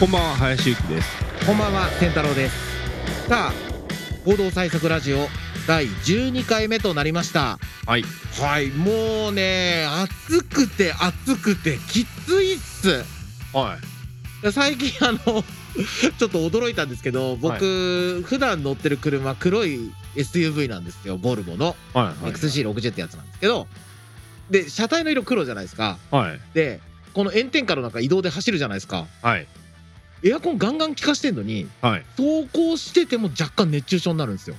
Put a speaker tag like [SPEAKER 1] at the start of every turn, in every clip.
[SPEAKER 1] こんばんは林幸です
[SPEAKER 2] こんばんは、健太郎です。さあ、行動対策ラジオ第12回目となりました。
[SPEAKER 1] はい
[SPEAKER 2] はい、もうね、暑くて暑くてきついっす。
[SPEAKER 1] はい
[SPEAKER 2] 最近あの ちょっと驚いたんですけど僕、普段乗ってる車黒い SUV なんですよボルボの
[SPEAKER 1] はいはい
[SPEAKER 2] XC60 ってやつなんですけどで車体の色黒じゃないですか
[SPEAKER 1] はい
[SPEAKER 2] でこの炎天下の中移動で走るじゃないですか
[SPEAKER 1] はい
[SPEAKER 2] エアコンガンガン効かしてんのに
[SPEAKER 1] はい
[SPEAKER 2] 走行してても若干熱中症になるんですよ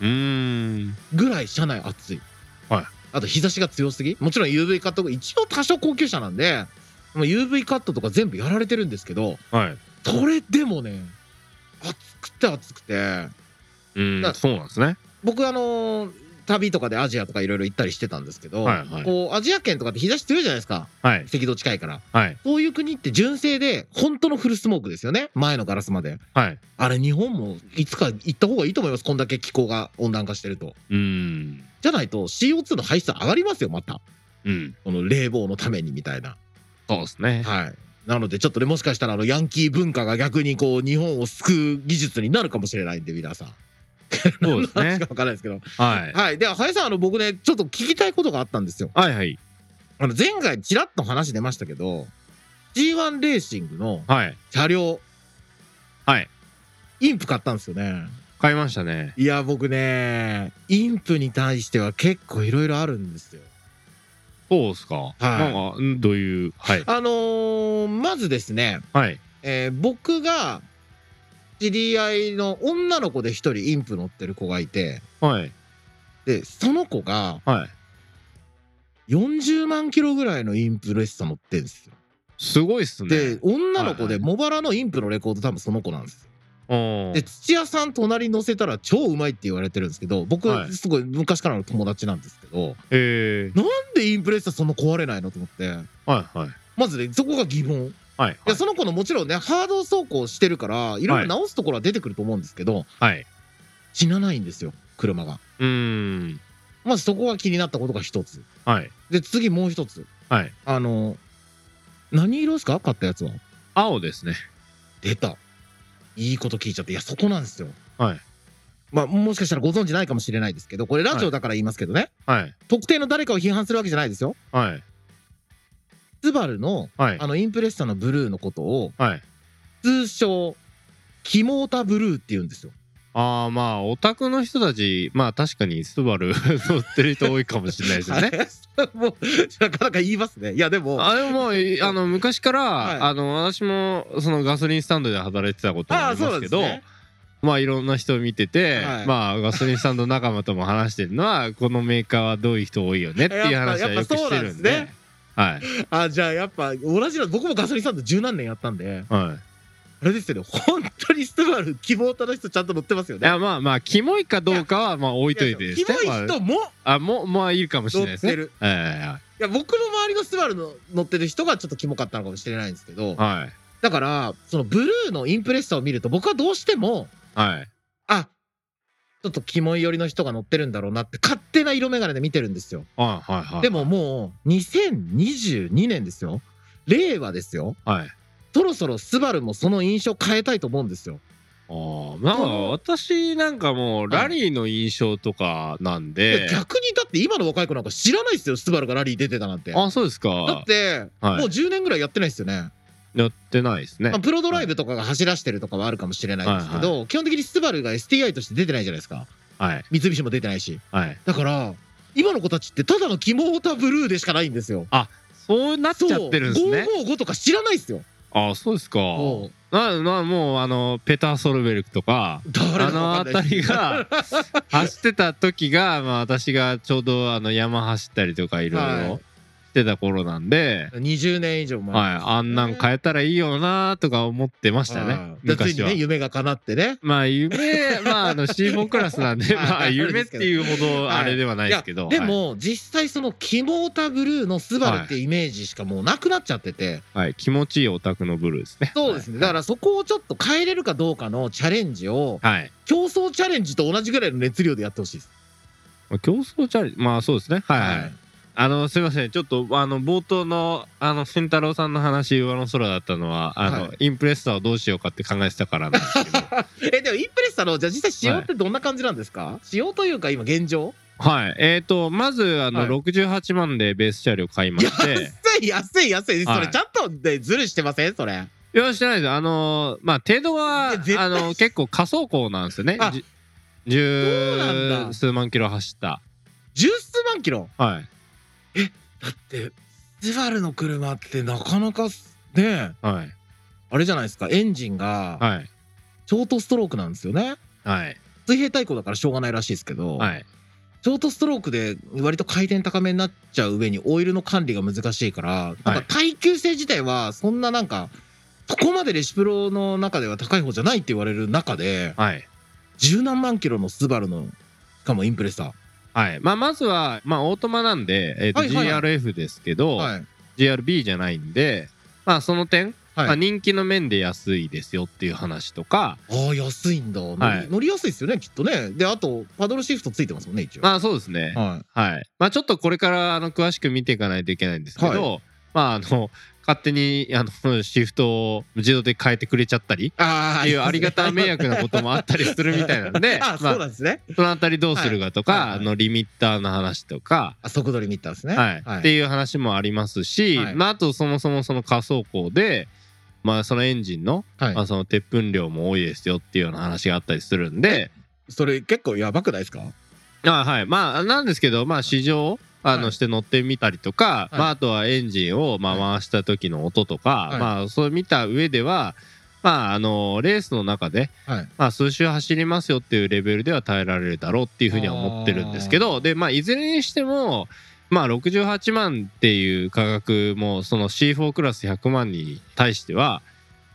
[SPEAKER 1] うーん
[SPEAKER 2] ぐらい車内暑い、
[SPEAKER 1] はい
[SPEAKER 2] あと日差しが強すぎもちろん UV カットが一応多少高級車なんでもう UV カットとか全部やられてるんですけど
[SPEAKER 1] はい
[SPEAKER 2] それでもね暑くて暑くて
[SPEAKER 1] うー
[SPEAKER 2] だ
[SPEAKER 1] んそうなんですね
[SPEAKER 2] 僕あのー旅とかでアジアとかいろいろ行ったりしてたんですけど、
[SPEAKER 1] はいはい
[SPEAKER 2] こうアジア圏とかって日差し強いじゃないですか
[SPEAKER 1] はい
[SPEAKER 2] 赤道近いから
[SPEAKER 1] はい
[SPEAKER 2] そういう国って純正で本当のフルスモークですよね前のガラスまで
[SPEAKER 1] はい
[SPEAKER 2] あれ日本もいつか行った方がいいと思いますこんだけ気候が温暖化してると
[SPEAKER 1] うーん
[SPEAKER 2] じゃないと CO2 の排出上がりますよまた
[SPEAKER 1] うん
[SPEAKER 2] この冷房のためにみたいな。
[SPEAKER 1] そうですね
[SPEAKER 2] はい。なのでちょっとね、もしかしたらあのヤンキー文化が逆にこう日本を救う技術になるかもしれないんで、皆さん。
[SPEAKER 1] そうですね
[SPEAKER 2] 何の話かわから ないですけど。
[SPEAKER 1] はい
[SPEAKER 2] はい。では、林さん、あの、僕ね、ちょっと聞きたいことがあったんですよ。
[SPEAKER 1] はいはい
[SPEAKER 2] あの、前回ちらっと話出ましたけど、G1 レーシングの
[SPEAKER 1] はい
[SPEAKER 2] 車両、
[SPEAKER 1] はい
[SPEAKER 2] インプ買ったんですよね。
[SPEAKER 1] 買いましたね
[SPEAKER 2] いや、僕ね、インプに対しては結構いろいろあるんですよ。
[SPEAKER 1] そうですかはいなんかうんどういうはい
[SPEAKER 2] あのーまずですね、
[SPEAKER 1] はい
[SPEAKER 2] えー僕が知り合いの女の子で一人インプ乗ってる子がいて
[SPEAKER 1] はい
[SPEAKER 2] でその子が
[SPEAKER 1] はい
[SPEAKER 2] 40万キロぐらいのインプレッサ乗ってんですよ。
[SPEAKER 1] すごいっすね
[SPEAKER 2] で女の子
[SPEAKER 1] はいはい
[SPEAKER 2] で茂原のインプのレコード多分その子なんですよ。
[SPEAKER 1] おー
[SPEAKER 2] で土屋さん隣乗せたら超うまいって言われてるんですけど僕
[SPEAKER 1] はい
[SPEAKER 2] すごい昔からの友達なんですけど
[SPEAKER 1] え
[SPEAKER 2] なんでインプレッサそんな壊れないのと思って
[SPEAKER 1] ーはいはい
[SPEAKER 2] まずねそこが疑問。
[SPEAKER 1] はい
[SPEAKER 2] い
[SPEAKER 1] は
[SPEAKER 2] やその子のもちろんねハード走行してるからいろいろ直すところは出てくると思うんですけど
[SPEAKER 1] いはい
[SPEAKER 2] 死なないんですよ車が。
[SPEAKER 1] うーん
[SPEAKER 2] まずそこが気になったことが一つ。
[SPEAKER 1] はい
[SPEAKER 2] で、次もう一つ。
[SPEAKER 1] はい
[SPEAKER 2] あの、何色ですか買ったやつは。
[SPEAKER 1] 青ですね
[SPEAKER 2] 出た。いいこと聞いちゃって。いや、そこなんですよ。
[SPEAKER 1] はい
[SPEAKER 2] まあ、もしかしたらご存知ないかもしれないですけど、これラジオだから言いますけどね。
[SPEAKER 1] はい
[SPEAKER 2] 特定の誰かを批判するわけじゃないですよ。
[SPEAKER 1] はい
[SPEAKER 2] スバルの、
[SPEAKER 1] はい
[SPEAKER 2] あの、インプレッサのブルーのことを、
[SPEAKER 1] はい
[SPEAKER 2] 通称、キモータブルーって言うんですよ。
[SPEAKER 1] ああまあオタクの人たちまあ確かにスバル 乗ってる人多いかもしれないですよね。
[SPEAKER 2] もう、なかなか言いますね。いや、でも、
[SPEAKER 1] あれも いあの昔から、
[SPEAKER 2] はい
[SPEAKER 1] あの私もそのガソリンスタンドで働いてたことがありますけど
[SPEAKER 2] あーそうなんで
[SPEAKER 1] まあいろんな人を見てて、
[SPEAKER 2] はい
[SPEAKER 1] まあガソリンスタンド仲間とも話してるのはこのメーカーはどういう人多いよねっていう話は
[SPEAKER 2] やっ
[SPEAKER 1] よく
[SPEAKER 2] ぱやっぱ
[SPEAKER 1] してるんで
[SPEAKER 2] そうなんで
[SPEAKER 1] はい
[SPEAKER 2] あ、じゃあやっぱ、同じの、僕もガソリンスタンド十何年やったんで、
[SPEAKER 1] はい
[SPEAKER 2] あれですよね、本当にスバル、希望たの人ちゃんと乗ってますよ
[SPEAKER 1] い
[SPEAKER 2] ね。
[SPEAKER 1] やまあまあキモいかどうかはまあ置いといてですね
[SPEAKER 2] キモい人も
[SPEAKER 1] まああもうまあいるかもしれないですね
[SPEAKER 2] 乗ってる
[SPEAKER 1] はいはいはい
[SPEAKER 2] いや僕の周りのスバルの乗ってる人がちょっとキモかったのかもしれないんですけど
[SPEAKER 1] はい
[SPEAKER 2] だからそのブルーのインプレッサを見ると僕はどうしても
[SPEAKER 1] はい
[SPEAKER 2] あちょっとキモい寄りの人が乗ってるんだろうなって勝手な色眼鏡で見てるんですよ
[SPEAKER 1] はいはいはい
[SPEAKER 2] でももう2022年ですよ令和ですよ
[SPEAKER 1] はい
[SPEAKER 2] そろそろスバルもその印象変えたいと思うんですよ
[SPEAKER 1] ああなんか私なんかもうラリーの印象とかなん
[SPEAKER 2] いや
[SPEAKER 1] で、
[SPEAKER 2] 逆にだって今の若い子なんか知らないですよスバルがラリー出てたなんてだ
[SPEAKER 1] あそうですか
[SPEAKER 2] って
[SPEAKER 1] は
[SPEAKER 2] もう10年ぐらいやってないですよね
[SPEAKER 1] いやってないですね
[SPEAKER 2] まあ、プロドライブとかが走らしてるとかはあるかもしれないですけど、
[SPEAKER 1] は
[SPEAKER 2] 基本的にスバルが STI として出てないじゃないですか
[SPEAKER 1] はい
[SPEAKER 2] 三菱も出てないし
[SPEAKER 1] はい
[SPEAKER 2] だから今の子たちってただのキモータブルーでしかないんですよ
[SPEAKER 1] そうなっちゃってるんですね
[SPEAKER 2] そう555とか知らないっすよ
[SPEAKER 1] あそうですか
[SPEAKER 2] おう
[SPEAKER 1] ななもうあのペター・ソルベルクとか
[SPEAKER 2] 誰
[SPEAKER 1] あ
[SPEAKER 2] だか
[SPEAKER 1] の
[SPEAKER 2] わかんな
[SPEAKER 1] 辺り
[SPEAKER 2] い
[SPEAKER 1] が走ってた時が、まあ、私がちょうどあの山走ったりとかいろい
[SPEAKER 2] は
[SPEAKER 1] ろ
[SPEAKER 2] い
[SPEAKER 1] してた頃なんで、
[SPEAKER 2] 20年以上前
[SPEAKER 1] はいあんなん変えたらいいよなとか思ってました
[SPEAKER 2] は
[SPEAKER 1] ね
[SPEAKER 2] いでつい
[SPEAKER 1] 昔
[SPEAKER 2] に
[SPEAKER 1] は
[SPEAKER 2] ね。夢が叶ってね
[SPEAKER 1] まあ夢まああの C4 クラス なんで
[SPEAKER 2] はい
[SPEAKER 1] ま
[SPEAKER 2] あ
[SPEAKER 1] あ
[SPEAKER 2] るん
[SPEAKER 1] 夢
[SPEAKER 2] で
[SPEAKER 1] っ
[SPEAKER 2] すけ
[SPEAKER 1] て
[SPEAKER 2] ど
[SPEAKER 1] いうほどあれではないですけど
[SPEAKER 2] でも、実際そのキモータブルーのスバルってイメージしかもうなくなっちゃってて、
[SPEAKER 1] はいはい気持ちいいオタクのブルーですね
[SPEAKER 2] そうですねだからそこをちょっと変えれるかどうかのチャレンジを
[SPEAKER 1] はい
[SPEAKER 2] 競争チャレンジと同じぐらいの熱量でやってほしいです
[SPEAKER 1] まあ競争チャレンジまあそうですねはいはいあのすいませんちょっとあの冒頭のあの仙太郎さんの話上の空だったのはあの、
[SPEAKER 2] はい
[SPEAKER 1] インプレッサーをどうしようかって考えてたからなんですけ ど
[SPEAKER 2] えでもインプレッサのじゃあ実際仕様ってどんな感じなんですか、仕様というか今現状
[SPEAKER 1] はいえっ、とまずあの、
[SPEAKER 2] はい
[SPEAKER 1] 68万でベース車両買いまして
[SPEAKER 2] 安い安い安いそ
[SPEAKER 1] は
[SPEAKER 2] れ
[SPEAKER 1] い
[SPEAKER 2] ちゃんとでずるしてませんそれ
[SPEAKER 1] いやしてないですあのまあ程度はあ
[SPEAKER 2] いや絶対
[SPEAKER 1] の結構仮走行なんですよね
[SPEAKER 2] あ
[SPEAKER 1] じ
[SPEAKER 2] そうなん
[SPEAKER 1] 十
[SPEAKER 2] だ
[SPEAKER 1] 数万キロ走った
[SPEAKER 2] 十数万キロ
[SPEAKER 1] はい
[SPEAKER 2] だってスバルの車ってなかなかすね
[SPEAKER 1] はい
[SPEAKER 2] あれじゃないですかエンジンが
[SPEAKER 1] はい
[SPEAKER 2] ショートストロークなんですよね
[SPEAKER 1] はい
[SPEAKER 2] 水平対向だからしょうがないらしいですけど、
[SPEAKER 1] はい
[SPEAKER 2] ショートストロークで割と回転高めになっちゃう上にオイルの管理が難しいからなんか耐久性自体はそんななんかここまでレシプロの中では高い方じゃないって言われる中で
[SPEAKER 1] はい
[SPEAKER 2] 十何万キロのスバルのしかもインプレッサ
[SPEAKER 1] はいまあまずはまあオートマなんで、えーと
[SPEAKER 2] はいはいはい
[SPEAKER 1] GRF ですけど、
[SPEAKER 2] ーはい
[SPEAKER 1] GRB じゃないんで、まあ、その点、ま
[SPEAKER 2] は
[SPEAKER 1] あ、
[SPEAKER 2] い
[SPEAKER 1] 人気の面で安いですよっていう話とか、
[SPEAKER 2] あー安いんだ乗り,、
[SPEAKER 1] はい
[SPEAKER 2] 乗りやすいですよねきっとねであとパドルシフトついてますもんね一応、
[SPEAKER 1] まあそうですね、
[SPEAKER 2] はい、
[SPEAKER 1] はいまあ、ちょっとこれからあの詳しく見ていかないといけないんですけど、まあ、あの勝手にあのシフトを自動で変えてくれちゃったり。
[SPEAKER 2] あ
[SPEAKER 1] っていうありがた迷惑なこともあったりするみたいなんで、
[SPEAKER 2] あ
[SPEAKER 1] ま
[SPEAKER 2] そう
[SPEAKER 1] あ、
[SPEAKER 2] なんですね、
[SPEAKER 1] そのあたりどうするかとか、
[SPEAKER 2] はいはいはい
[SPEAKER 1] あのリミッターの話とか、
[SPEAKER 2] あ、速度リミッターですね
[SPEAKER 1] はい
[SPEAKER 2] は
[SPEAKER 1] って
[SPEAKER 2] い、
[SPEAKER 1] いう話もありますし、
[SPEAKER 2] はい
[SPEAKER 1] まあ、あとそもそもその仮想庫で、まあ、そのエンジンの,、
[SPEAKER 2] はい
[SPEAKER 1] まあその鉄粉量も多いですよっていうような話があったりするんで、
[SPEAKER 2] それ結構やばくないですか
[SPEAKER 1] あはいまあ、なんですけど、まあ、試乗あ
[SPEAKER 2] は
[SPEAKER 1] の
[SPEAKER 2] い
[SPEAKER 1] して乗ってみたりとか、
[SPEAKER 2] はい
[SPEAKER 1] まあ、あとはエンジンをま
[SPEAKER 2] は
[SPEAKER 1] あ回した時の音とか、
[SPEAKER 2] はい
[SPEAKER 1] まあ、そう見た上では、まあ、あのレースの中で、
[SPEAKER 2] はい
[SPEAKER 1] まあ、数周走りますよっていうレベルでは耐えられるだろうっていうふうには思ってるんですけどで、まあ、いずれにしても、まあ、68万っていう価格もその C4 クラス100万に対しては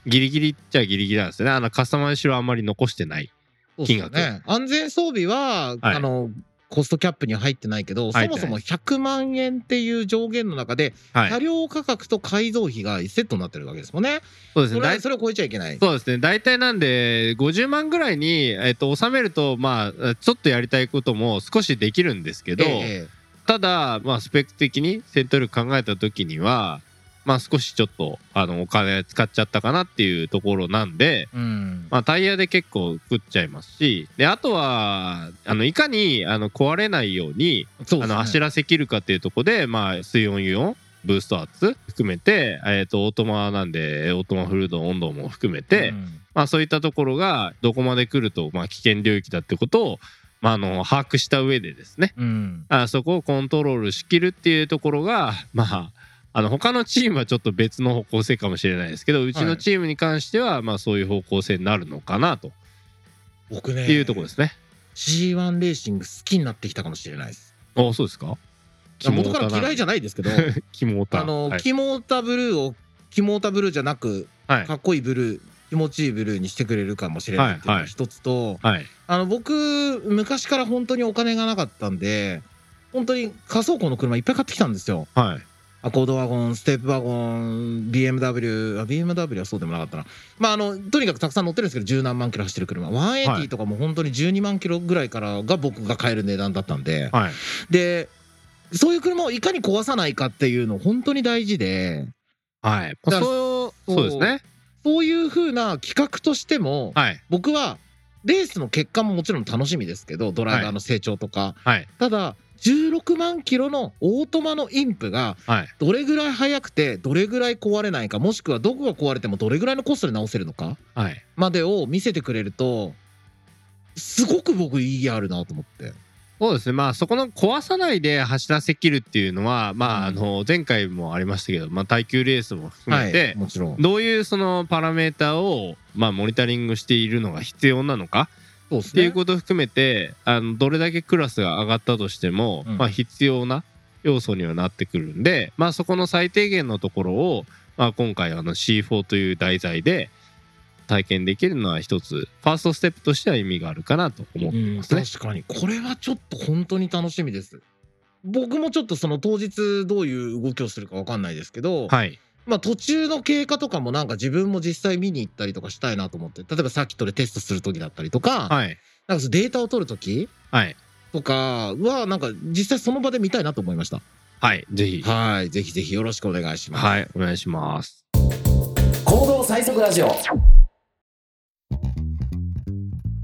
[SPEAKER 1] ギリギリっちゃギリギリなんですよねあのカスタマイズしろあんまり残してない
[SPEAKER 2] そうっす
[SPEAKER 1] 金額
[SPEAKER 2] ね、安全装備は、
[SPEAKER 1] はい
[SPEAKER 2] あのコストキャップには入ってないけどそ
[SPEAKER 1] 入って
[SPEAKER 2] も
[SPEAKER 1] ない
[SPEAKER 2] そも100万円っていう上限の中で、
[SPEAKER 1] はい
[SPEAKER 2] 車両価格と改造費が1セットになってるわけですもんね
[SPEAKER 1] そうですね
[SPEAKER 2] それ
[SPEAKER 1] 大
[SPEAKER 2] はそれを超えちゃいけない
[SPEAKER 1] そうですね大体なんで50万ぐらいに、えっと、収めるとまあちょっとやりたいことも少しできるんですけど、
[SPEAKER 2] ええ
[SPEAKER 1] ただ、まあ、スペック的にセントル考えた時には、まあ、少しちょっとあのお金使っちゃったかなっていうところなんで、
[SPEAKER 2] うん
[SPEAKER 1] まあ、タイヤで結構食っちゃいますしであとはあのいかにあの壊れないように
[SPEAKER 2] そう
[SPEAKER 1] あ
[SPEAKER 2] ですね
[SPEAKER 1] の走らせきるかっていうところで、まあ、水温油温ブースト圧含めて、えー、とオートマなんでオートマフルードの温度も含めて、
[SPEAKER 2] うん
[SPEAKER 1] まあ、そういったところがどこまで来ると、まあ、危険領域だってことを、まあ、あの把握した上でですね
[SPEAKER 2] うん
[SPEAKER 1] あそこをコントロールしきるっていうところがまああの他のチームはちょっと別の方向性かもしれないですけどうちのチームに関しては、まあそういう方向性になるのかなと
[SPEAKER 2] 僕ね
[SPEAKER 1] いうところですね。
[SPEAKER 2] G1 レーシング好きになってきたかもしれないです
[SPEAKER 1] あそうですか
[SPEAKER 2] 元から嫌いじ
[SPEAKER 1] ゃ
[SPEAKER 2] ゃな いですけど
[SPEAKER 1] キモータ
[SPEAKER 2] あの、
[SPEAKER 1] はい、
[SPEAKER 2] キモータブルーをキモータブルーじゃなく
[SPEAKER 1] はい
[SPEAKER 2] かっこいいブルー気持ちいいブルーにしてくれるかもしれないっていうのが一つと、
[SPEAKER 1] はい
[SPEAKER 2] あの僕昔から本当にお金がなかったんで本当に仮想庫の車いっぱい買ってきたんですよ
[SPEAKER 1] はい
[SPEAKER 2] アコードワゴンステップワゴン BMW あ BMW はそうでもなかったなまああのとにかくたくさん乗ってるんですけど十何万キロ走ってる車
[SPEAKER 1] はい
[SPEAKER 2] 180とかも本当に12万キロぐらいからが僕が買える値段だったんで、
[SPEAKER 1] はい
[SPEAKER 2] でそういう車をいかに壊さないかっていうの本当に大事で
[SPEAKER 1] はい
[SPEAKER 2] だから
[SPEAKER 1] そうそうですね
[SPEAKER 2] そういうふうな企画としても
[SPEAKER 1] はい
[SPEAKER 2] 僕はレースの結果ももちろん楽しみですけどドライバーの成長とか、
[SPEAKER 1] はい
[SPEAKER 2] ただ16万キロのオートマのインプが
[SPEAKER 1] はい
[SPEAKER 2] どれぐらい速くてどれぐらい壊れないかもしくはどこが壊れてもどれぐらいのコストで直せるのか
[SPEAKER 1] はい
[SPEAKER 2] までを見せてくれるとすごく僕意義あるなと思って
[SPEAKER 1] そうですねまあそこの壊さないで走らせきるっていうのはまああ
[SPEAKER 2] うん
[SPEAKER 1] の前回もありましたけど、まあ、耐久レースも含
[SPEAKER 2] は
[SPEAKER 1] めて、
[SPEAKER 2] いもちろん
[SPEAKER 1] どういうそのパラメータを、まあ、モニタリングしているのが必要なのか
[SPEAKER 2] そうです
[SPEAKER 1] ってい
[SPEAKER 2] ね
[SPEAKER 1] うことを含めて、あのどれだけクラスが上がったとしても、
[SPEAKER 2] うん
[SPEAKER 1] まあ、必要な要素にはなってくるんで、まあ、そこの最低限のところを、まあ、今回あの C4 という題材で体験できるのは一つファーストステップとしては意味があるかなと思って
[SPEAKER 2] うん
[SPEAKER 1] ますね。
[SPEAKER 2] 確かにこれはちょっと本当に楽しみです僕もちょっとその当日どういう動きをするかわかんないですけど、
[SPEAKER 1] はい、
[SPEAKER 2] まあ途中の経過とかもなんか自分も実際見に行ったりとかしたいなと思って例えばサーキットでテストする時だったりとか、
[SPEAKER 1] はい、
[SPEAKER 2] なんかそのデータを取る時
[SPEAKER 1] はい
[SPEAKER 2] とかはなんか実際その場で見たいなと思いました。
[SPEAKER 1] はい、ぜひ。
[SPEAKER 2] はい。ぜひぜひよろしくお願いします。
[SPEAKER 1] はい、お願いします。
[SPEAKER 3] 行動最速ラジオ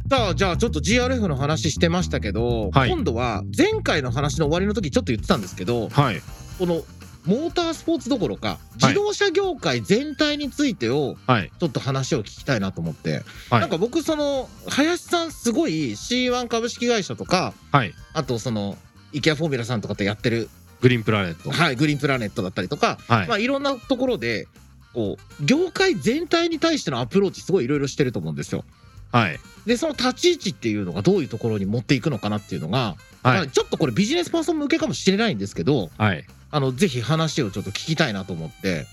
[SPEAKER 2] さあ、じゃあちょっと GRF の話してましたけど、
[SPEAKER 1] はい
[SPEAKER 2] 今度は前回の話の終わりの時ちょっと言ってたんですけど、
[SPEAKER 1] はい、
[SPEAKER 2] このモータースポーツどころか、自動車業界全体についてを
[SPEAKER 1] はい、
[SPEAKER 2] ちょっと話を聞きたいなと思って、
[SPEAKER 1] はい
[SPEAKER 2] なんか僕その林さんすごい C1 株式会社とか
[SPEAKER 1] はい。
[SPEAKER 2] あとそのイケアフォーミュラさんとかってやってる、
[SPEAKER 1] グリーンプラネット。
[SPEAKER 2] はい、グリーンプラネットだったりとか、
[SPEAKER 1] はい
[SPEAKER 2] いまあ、いろんなところでこう業界全体に対してのアプローチすごいいろいろしてると思うんですよ。
[SPEAKER 1] はい、
[SPEAKER 2] でその立ち位置っていうのがどういうところに持っていくのかなっていうのが、ま
[SPEAKER 1] は
[SPEAKER 2] あ
[SPEAKER 1] い、
[SPEAKER 2] ちょっとこれビジネスパーソン向けかもしれないんですけど
[SPEAKER 1] はい、
[SPEAKER 2] あのぜひ話をちょっと聞きたいなと思って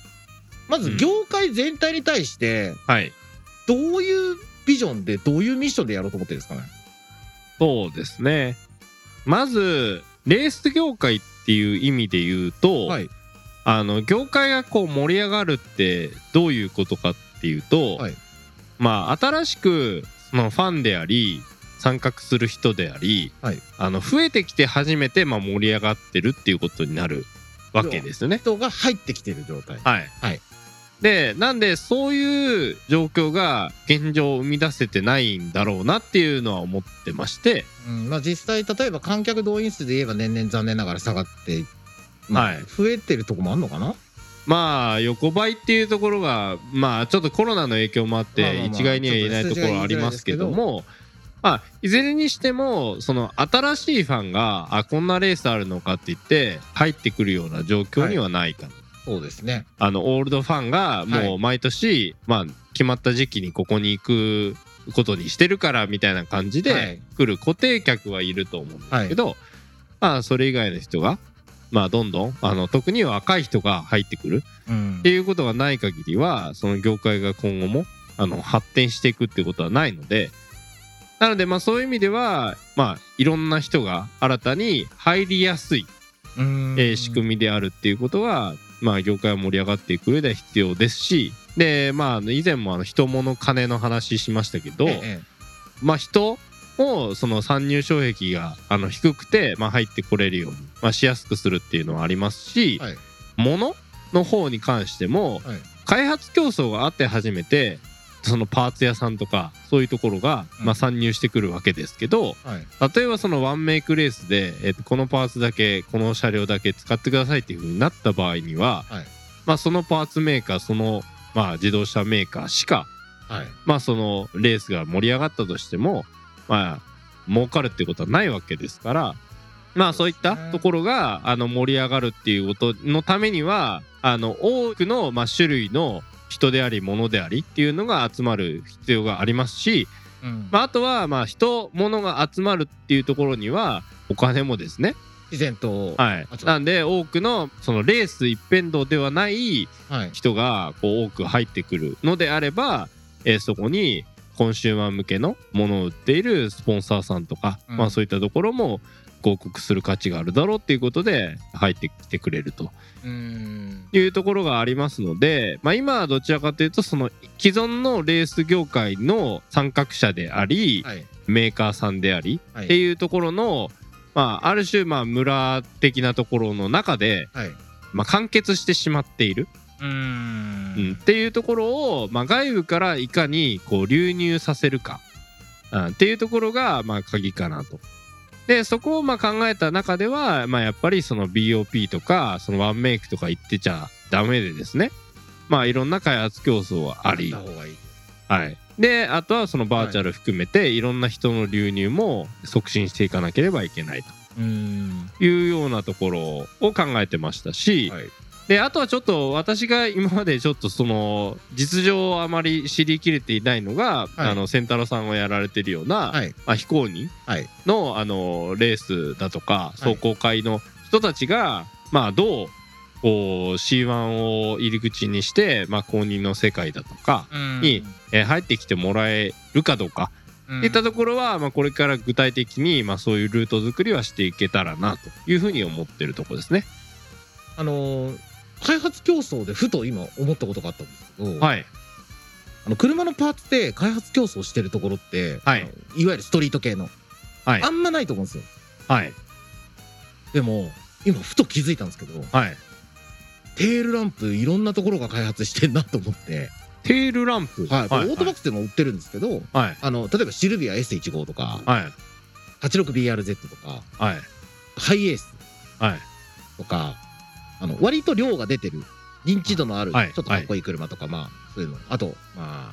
[SPEAKER 2] ま
[SPEAKER 1] う
[SPEAKER 2] ず
[SPEAKER 1] ん
[SPEAKER 2] 業界全体に対して
[SPEAKER 1] はい。
[SPEAKER 2] どういうビジョンでどういうミッションでやろうと思ってるんですかね
[SPEAKER 1] そうですね。まず、レース業界っていう意味で言うと、
[SPEAKER 2] はい
[SPEAKER 1] あの業界がこう盛り上がるってどういうことかっていうと、
[SPEAKER 2] はい
[SPEAKER 1] まあ新しくそのファンであり参画する人であり、
[SPEAKER 2] はい
[SPEAKER 1] あの増えてきて初めてまあ盛り上がってるっていうことになるわけですよね。
[SPEAKER 2] 人が入ってきてる状態
[SPEAKER 1] はい、
[SPEAKER 2] はい
[SPEAKER 1] でなんでそういう状況が現状を生み出せてないんだろうなっていうのは思ってまして、
[SPEAKER 2] うんまあ、実際例えば観客動員数で言えば年々残念ながら下がって、まあ
[SPEAKER 1] はい
[SPEAKER 2] 増えてるとこもあんのかな
[SPEAKER 1] まあ横ばいっていうところがまあちょっとコロナの影響もあっ
[SPEAKER 2] まあまあ
[SPEAKER 1] て
[SPEAKER 2] まあ
[SPEAKER 1] 一概には言えないところはありますけどもまあいずれにしてもその新しいファンがあこんなレースあるのかって言って入ってくるような状況にはないかな、
[SPEAKER 2] そうですね
[SPEAKER 1] あのオールドファンがもう毎年、まあ決まった時期にここに行くことにしてるからみたいな感じで、
[SPEAKER 2] はい
[SPEAKER 1] 来る固定客はいると思うんですけど、まあそれ以外の人がまあどんどんあの特に若い人が入ってくる
[SPEAKER 2] うん
[SPEAKER 1] っていうことがない限りはその業界が今後もあの発展していくってことはないのでなのでまあそういう意味ではまあいろんな人が新たに入りやすい、
[SPEAKER 2] うん
[SPEAKER 1] えー仕組みであるっていうことはまあ業界が盛り上がっていく上では必要ですしでまああの以前もあの人物金の話しましたけど、
[SPEAKER 2] ええ
[SPEAKER 1] まあ、人をその参入障壁があの低くて、まあ、入ってこれるように、まあ、しやすくするっていうのはありますし、
[SPEAKER 2] はい
[SPEAKER 1] 物の方に関しても、
[SPEAKER 2] はい
[SPEAKER 1] 開発競争があって初めてそのパーツ屋さんとかそういうところが、
[SPEAKER 2] うん
[SPEAKER 1] まあ、参入してくるわけですけど
[SPEAKER 2] はい
[SPEAKER 1] 例えばそのワンメイクレースで、えっと、このパーツだけこの車両だけ使ってくださいっていうふうになった場合には、
[SPEAKER 2] はい
[SPEAKER 1] まあ、そのパーツメーカーその、まあ、自動車メーカーしか
[SPEAKER 2] はい
[SPEAKER 1] まあそのレースが盛り上がったとしてもまあ儲かるってことはないわけですからまあそういったところがあの盛り上がるっていうことのためにはあの多くのまあ種類の人であり物でありっていうのが集まる必要がありますし、
[SPEAKER 2] うん
[SPEAKER 1] まあ、あとはまあ人物が集まるっていうところにはお金もですね、
[SPEAKER 2] 自然と
[SPEAKER 1] はい
[SPEAKER 2] あ、と
[SPEAKER 1] なんで多くのそのレース一辺倒ではない
[SPEAKER 2] はい
[SPEAKER 1] 人がこう多く入ってくるのであれば、えーそこにコンシューマー向けのものを売っているスポンサーさんとか、
[SPEAKER 2] うん
[SPEAKER 1] まあ、そういったところも広告する価値があるだろうっていうことで入ってきてくれると
[SPEAKER 2] うん
[SPEAKER 1] いうところがありますので、まあ、今はどちらかというとその既存のレース業界の参画者であり、
[SPEAKER 2] はい
[SPEAKER 1] メーカーさんであり
[SPEAKER 2] はい
[SPEAKER 1] っていうところの、まあ、ある種まあ村的なところの中で、
[SPEAKER 2] はい
[SPEAKER 1] まあ、完結してしまっている。
[SPEAKER 2] う
[SPEAKER 1] うん、っ
[SPEAKER 2] ん
[SPEAKER 1] ていうところを、まあ、外部からいかにこう流入させるか、うん、っていうところが、まあ、鍵かなと。でそこをまあ考えた中では、まあ、やっぱりその BOP とかそのワンメイクとか言ってちゃダメでですねまあいろんな開発競争はあり
[SPEAKER 2] やっ、た方がいい
[SPEAKER 1] はい、であとはそのバーチャル含めていろんな人の流入も促進していかなければいけない
[SPEAKER 2] うん
[SPEAKER 1] というようなところを考えてましたし、
[SPEAKER 2] はい
[SPEAKER 1] であとはちょっと私が今までちょっとその実情をあまり知りきれていないのが、
[SPEAKER 2] はい
[SPEAKER 1] あの仙太郎さんがやられてるような、
[SPEAKER 2] はい
[SPEAKER 1] まあ、非公認
[SPEAKER 2] はい
[SPEAKER 1] のあのレースだとか
[SPEAKER 2] はい
[SPEAKER 1] 壮行会の人たちが、まあ、どうこう C1 を入り口にして、まあ、公認の世界だとか、にえー入ってきてもらえるかどうか
[SPEAKER 2] うん
[SPEAKER 1] いったところは、まあ、これから具体的に、まあ、そういうルート作りはしていけたらなというふうに思ってるところですね。
[SPEAKER 2] あのー開発競争でふと今思ったことがあったんですけど、
[SPEAKER 1] はい、
[SPEAKER 2] あの車のパーツで開発競争してるところって、
[SPEAKER 1] はい
[SPEAKER 2] あのいわゆるストリート系の、
[SPEAKER 1] はい
[SPEAKER 2] あんまないと思うんですよ
[SPEAKER 1] はい
[SPEAKER 2] でも今ふと気づいたんですけど
[SPEAKER 1] はい
[SPEAKER 2] テールランプいろんなところが開発してんなと思って、
[SPEAKER 1] テールランプ
[SPEAKER 2] はい
[SPEAKER 1] はい
[SPEAKER 2] オートバックスでも売ってるんですけど、
[SPEAKER 1] はい
[SPEAKER 2] あの例えばシルビア S15 とか
[SPEAKER 1] はい
[SPEAKER 2] 86BRZ とか
[SPEAKER 1] はい
[SPEAKER 2] ハイエース
[SPEAKER 1] はい
[SPEAKER 2] とかあの割と量が出てる認知度のある、
[SPEAKER 1] はい
[SPEAKER 2] ちょっとかっこいい車とか、まあそういうのあとまあ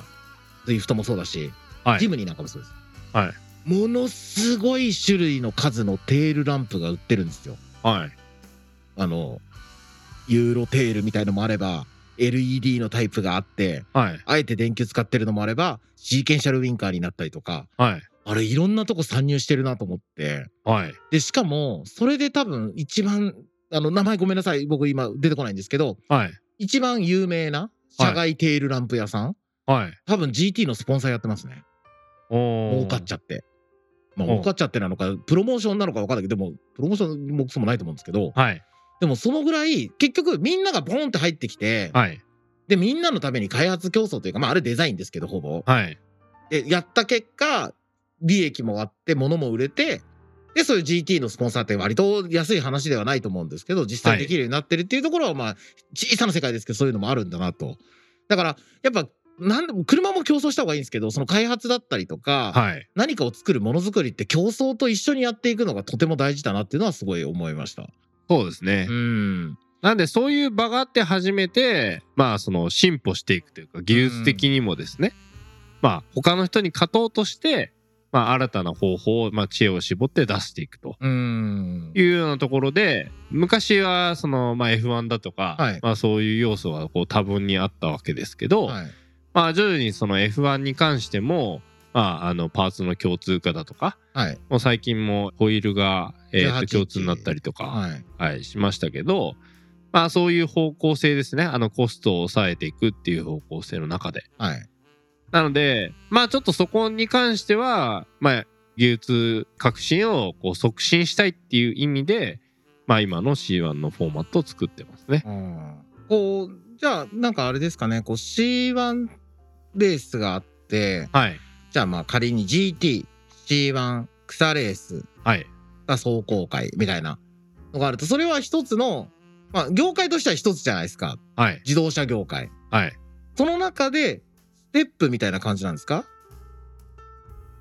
[SPEAKER 2] スイフトもそうだし、
[SPEAKER 1] はい
[SPEAKER 2] ジムニーなんかもそうです、
[SPEAKER 1] はい
[SPEAKER 2] ものすごい種類の数のテールランプが売ってるんですよ
[SPEAKER 1] はい
[SPEAKER 2] あのユーロテールみたいのもあれば LED のタイプがあって
[SPEAKER 1] はい
[SPEAKER 2] あえて電球使ってるのもあればシーケンシャルウィンカーになったりとか
[SPEAKER 1] はい
[SPEAKER 2] あれいろんなとこ参入してるなと思って
[SPEAKER 1] はい
[SPEAKER 2] でしかもそれで多分一番あの名前ごめんなさい僕今出てこないんですけど
[SPEAKER 1] はい
[SPEAKER 2] 一番有名な社外テールランプ屋さん、
[SPEAKER 1] はい
[SPEAKER 2] 多分 GT のスポンサーやってますね
[SPEAKER 1] おー
[SPEAKER 2] 儲かっちゃって、まあ、
[SPEAKER 1] うん
[SPEAKER 2] 儲かっちゃってなのかプロモーションなのか分かんないけどでもプロモーションもクソもないと思うんですけど
[SPEAKER 1] はい
[SPEAKER 2] でもそのぐらい結局みんながボーンって入ってきて、
[SPEAKER 1] はい
[SPEAKER 2] でみんなのために開発競争というかまああれデザインですけどほぼ、
[SPEAKER 1] はい
[SPEAKER 2] でやった結果利益もあって物も売れてでそういう GT のスポンサーって割と安い話ではないと思うんですけど実際できるようになってるっていうところはまあ小さな世界ですけどそういうのもあるんだなとだからやっぱなんでも車も競争した方がいいんですけどその開発だったりとか、
[SPEAKER 1] はい
[SPEAKER 2] 何かを作るものづくりって競争と一緒にやっていくのがとても大事だなっていうのはすごい思いました。
[SPEAKER 1] そうですね
[SPEAKER 2] うん
[SPEAKER 1] なんでそういう場があって初めてまあその進歩していくというか技術的にもですね、まあ他の人に勝とうとして、まあ、新たな方法を、まあ、知恵を絞って出していくと
[SPEAKER 2] うん
[SPEAKER 1] いうようなところで昔はその、まあ、F1 だとか、
[SPEAKER 2] はい
[SPEAKER 1] まあ、そういう要素がこう多分にあったわけですけど、
[SPEAKER 2] はい
[SPEAKER 1] まあ、徐々にその F1 に関しても、まあ、あのパーツの共通化だとか
[SPEAKER 2] はい
[SPEAKER 1] もう最近もホイールが、えーと
[SPEAKER 2] 18
[SPEAKER 1] 共通になったりとか、
[SPEAKER 2] はい
[SPEAKER 1] はい、しましたけど、まあそういう方向性ですね。あのコストを抑えていくっていう方向性の中で。
[SPEAKER 2] はい
[SPEAKER 1] なので、まあちょっとそこに関しては、まあ技術革新をこう促進したいっていう意味で、まあ今の C1 のフォーマットを作ってますね。
[SPEAKER 2] こうじゃあなんかあれですかねこう C1 レースがあって
[SPEAKER 1] はい。
[SPEAKER 2] じゃあまあ仮に GTC1 草レース
[SPEAKER 1] はい。
[SPEAKER 2] が壮行会みたいなのがあるとそれは一つの、まあ、業界としては一つじゃないですか
[SPEAKER 1] はい。
[SPEAKER 2] 自動車業界
[SPEAKER 1] はい。
[SPEAKER 2] その中でステップみたいな感じなんですか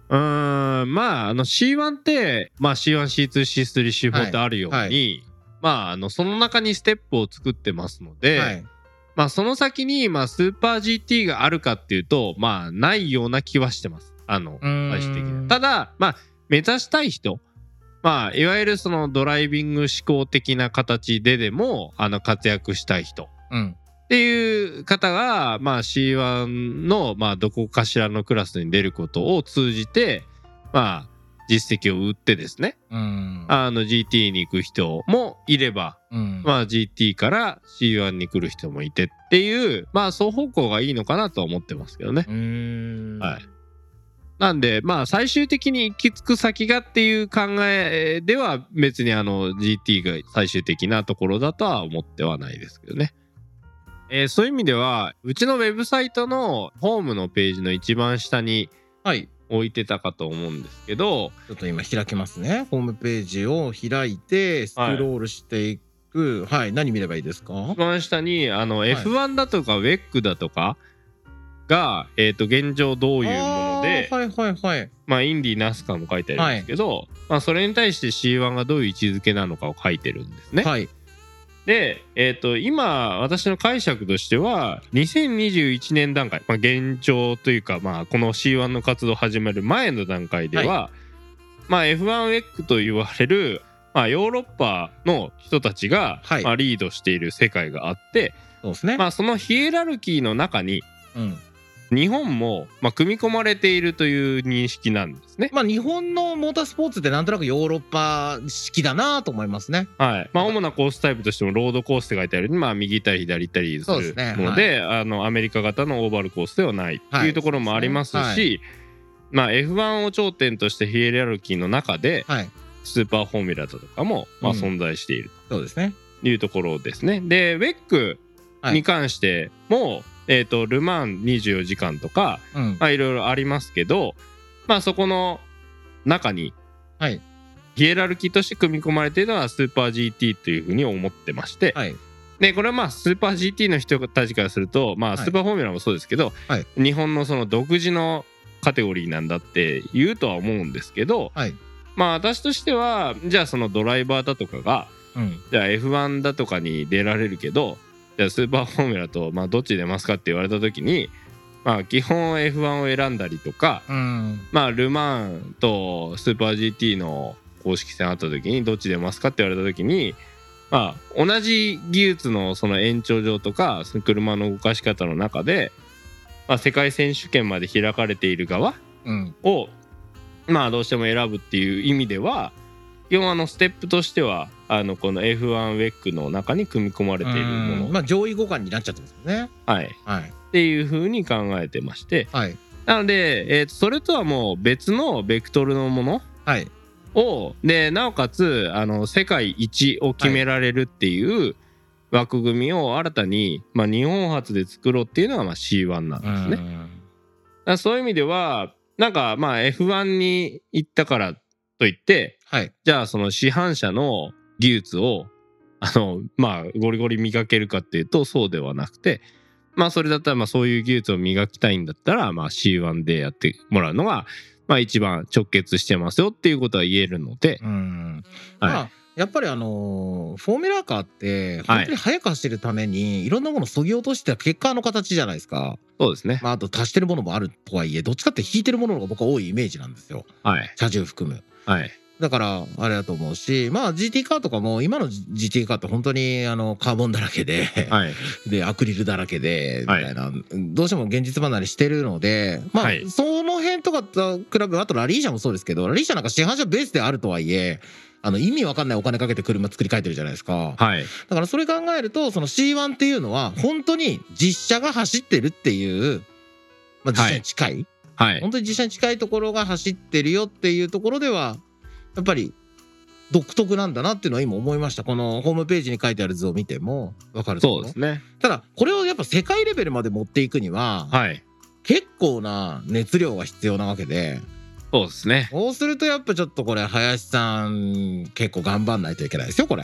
[SPEAKER 1] うーん、まああの C1 って、まあ C1、C2、C3、C4 ってあるように、
[SPEAKER 2] はいは
[SPEAKER 1] まああのその中にステップを作ってますので、
[SPEAKER 2] はい
[SPEAKER 1] まあ、その先に、まあ、スーパー GT があるかっていうと、まあ、ないような気はしてます。あの、最終的には。ただ、まあ、目指したい人、まあ、いわゆるそのドライビング思考的な形ででも、あの、活躍したい人っ
[SPEAKER 2] うん
[SPEAKER 1] ていう方が、まあ、C1 の、まあ、どこかしらのクラスに出ることを通じて、まあ、実績を売ってですね、
[SPEAKER 2] うん
[SPEAKER 1] あの、GT に行く人もいれば、
[SPEAKER 2] うん
[SPEAKER 1] まあ、GT から C1 に来る人もいてっていう、まあ、双方向がいいのかなとは思ってますけどね。
[SPEAKER 2] うん
[SPEAKER 1] はいなんで、まあ、最終的に行き着く先がっていう考えでは、別にあの GT が最終的なところだとは思ってはないですけどね。えーそういう意味では、うちのウェブサイトのホームのページの一番下に
[SPEAKER 2] はい
[SPEAKER 1] 置いてたかと思うんですけど、
[SPEAKER 2] ちょっと今開きますねホームページを開いてスクロールしていくはい、何見ればいいですか
[SPEAKER 1] 一番下にあの
[SPEAKER 2] い
[SPEAKER 1] F1 だとか WEC だとかが、えー、と現状どういうもので、
[SPEAKER 2] あーはいはいはい
[SPEAKER 1] まあ、インディナスカも書いてあるんですけど、まあ、それに対して C1 がどういう位置づけなのかを書いてるんですね。
[SPEAKER 2] はい
[SPEAKER 1] で、えー、と今私の解釈としては2021年段階、まあ、現状というか、まあ、この C1 の活動始まる前の段階では、まあ、F1 ウェックと言われる、まあ、ヨーロッパの人たちが、
[SPEAKER 2] はい
[SPEAKER 1] まあ、リードしている世界があって、
[SPEAKER 2] そうですね、
[SPEAKER 1] まあ、そのヒエラルキーの中に
[SPEAKER 2] うん
[SPEAKER 1] 日本も、まあ、組み込まれているという認識なんですね。
[SPEAKER 2] まあ日本のモータースポーツってなんとなくヨーロッパ式だなと思いますね
[SPEAKER 1] はいまあ、主なコースタイプとしてもロードコースって書いてあるように、まあ、右行ったり左行ったりす
[SPEAKER 2] そうです
[SPEAKER 1] る
[SPEAKER 2] ね
[SPEAKER 1] のであのアメリカ型のオーバルコースではないって
[SPEAKER 2] はいいう
[SPEAKER 1] ところもありますし、
[SPEAKER 2] そうです
[SPEAKER 1] まあ、F1 を頂点としてヒエラルキーの中で
[SPEAKER 2] はい
[SPEAKER 1] スーパーフォーミュラだとかも、まあ、
[SPEAKER 2] うん
[SPEAKER 1] 存在している
[SPEAKER 2] そうですね
[SPEAKER 1] というところですね。でウェック
[SPEAKER 2] はい
[SPEAKER 1] に関しても、えー、とル・マン24時間とか、
[SPEAKER 2] うん
[SPEAKER 1] まあ、いろいろありますけど、まあ、そこの中に
[SPEAKER 2] はい
[SPEAKER 1] ヒエラルキーとして組み込まれているのはスーパー GT というふうに思ってまして、
[SPEAKER 2] はい
[SPEAKER 1] でこれはまあスーパー GT の人たちからすると、まあ、
[SPEAKER 2] い
[SPEAKER 1] スーパーフォーミュラもそうですけど、
[SPEAKER 2] はい
[SPEAKER 1] 日本のその独自のカテゴリーなんだって言うとは思うんですけど、
[SPEAKER 2] はい
[SPEAKER 1] まあ私としてはじゃあそのドライバーだとかが
[SPEAKER 2] うん
[SPEAKER 1] じゃあ F1 だとかに出られるけどじゃあスーパーフォーミュラと、まあ、どっち出ますかって言われた時に、まあ、基本 F1 を選んだりとか、
[SPEAKER 2] うん
[SPEAKER 1] まあ、ル・マンとスーパー GT の公式戦あった時にどっち出ますかって言われた時に、まあ、同じ技術のその延長上とかその車の動かし方の中で、まあ、世界選手権まで開かれている側
[SPEAKER 2] うん
[SPEAKER 1] を、まあ、どうしても選ぶっていう意味では基本あのステップとしてはあのこの F1 ウェックの中に組み込まれているもの、
[SPEAKER 2] まあ上位互換になっちゃってますよね
[SPEAKER 1] はい、っ
[SPEAKER 2] はい
[SPEAKER 1] ていうふうに考えてまして
[SPEAKER 2] はい
[SPEAKER 1] なので、えーとそれとはもう別のベクトルのもの
[SPEAKER 2] はい
[SPEAKER 1] をでなおかつあの世界一を決められるっていう枠組みを新たに、まあ、日本発で作ろうっていうのがまあ C1 なんですね。だか
[SPEAKER 2] ん
[SPEAKER 1] らそういう意味ではなんかまあ F1 に行ったからといって
[SPEAKER 2] はい
[SPEAKER 1] じゃあその市販車の技術をあのまあゴリゴリ磨けるかっていうとそうではなくてまあそれだったらまあそういう技術を磨きたいんだったらまあ C1 でやってもらうのがまあ一番直結してますよっていうことは言えるので。
[SPEAKER 2] うん
[SPEAKER 1] はい
[SPEAKER 2] まあやっぱりあのーフォーミュラーカーって
[SPEAKER 1] はい
[SPEAKER 2] 本当に速く走るためにいろんなものをそぎ落としてた結果あの形じゃないですか、
[SPEAKER 1] そうですね。
[SPEAKER 2] まあ、あと足してるものもあるとはいえどっちかって引いてるものの方が僕は多いイメージなんですよ
[SPEAKER 1] はい。
[SPEAKER 2] 車重含む
[SPEAKER 1] はい。
[SPEAKER 2] だからあれだと思うしまあ GT カーとかも今の GT カーって本当にあのカーボンだらけで、
[SPEAKER 1] はい。
[SPEAKER 2] でアクリルだらけでみ
[SPEAKER 1] は
[SPEAKER 2] た
[SPEAKER 1] い
[SPEAKER 2] いな、どうしても現実離れしてるのでまあ、
[SPEAKER 1] はい
[SPEAKER 2] その辺とかと比べあとラリー車もそうですけどラリー車なんか市販車ベースであるとはいえあの意味わかんないお金かけて車作り変えてるじゃないですか
[SPEAKER 1] はい。
[SPEAKER 2] だからそれ考えるとその C1 っていうのは本当に実車が走ってるっていう、まあ、実車に近い
[SPEAKER 1] はい。
[SPEAKER 2] 本当に実車に近いところが走ってるよっていうところではやっぱり独特なんだなっていうのは今思いましたこのホームページに書いてある図を見ても分かるとこ
[SPEAKER 1] そ
[SPEAKER 2] ろ
[SPEAKER 1] うですね。
[SPEAKER 2] ただこれをやっぱ世界レベルまで持っていくには、
[SPEAKER 1] はい。
[SPEAKER 2] 結構な熱量が必要なわけで
[SPEAKER 1] そうですね。
[SPEAKER 2] そうするとやっぱちょっとこれ林さん結構頑張んないといけないですよこれ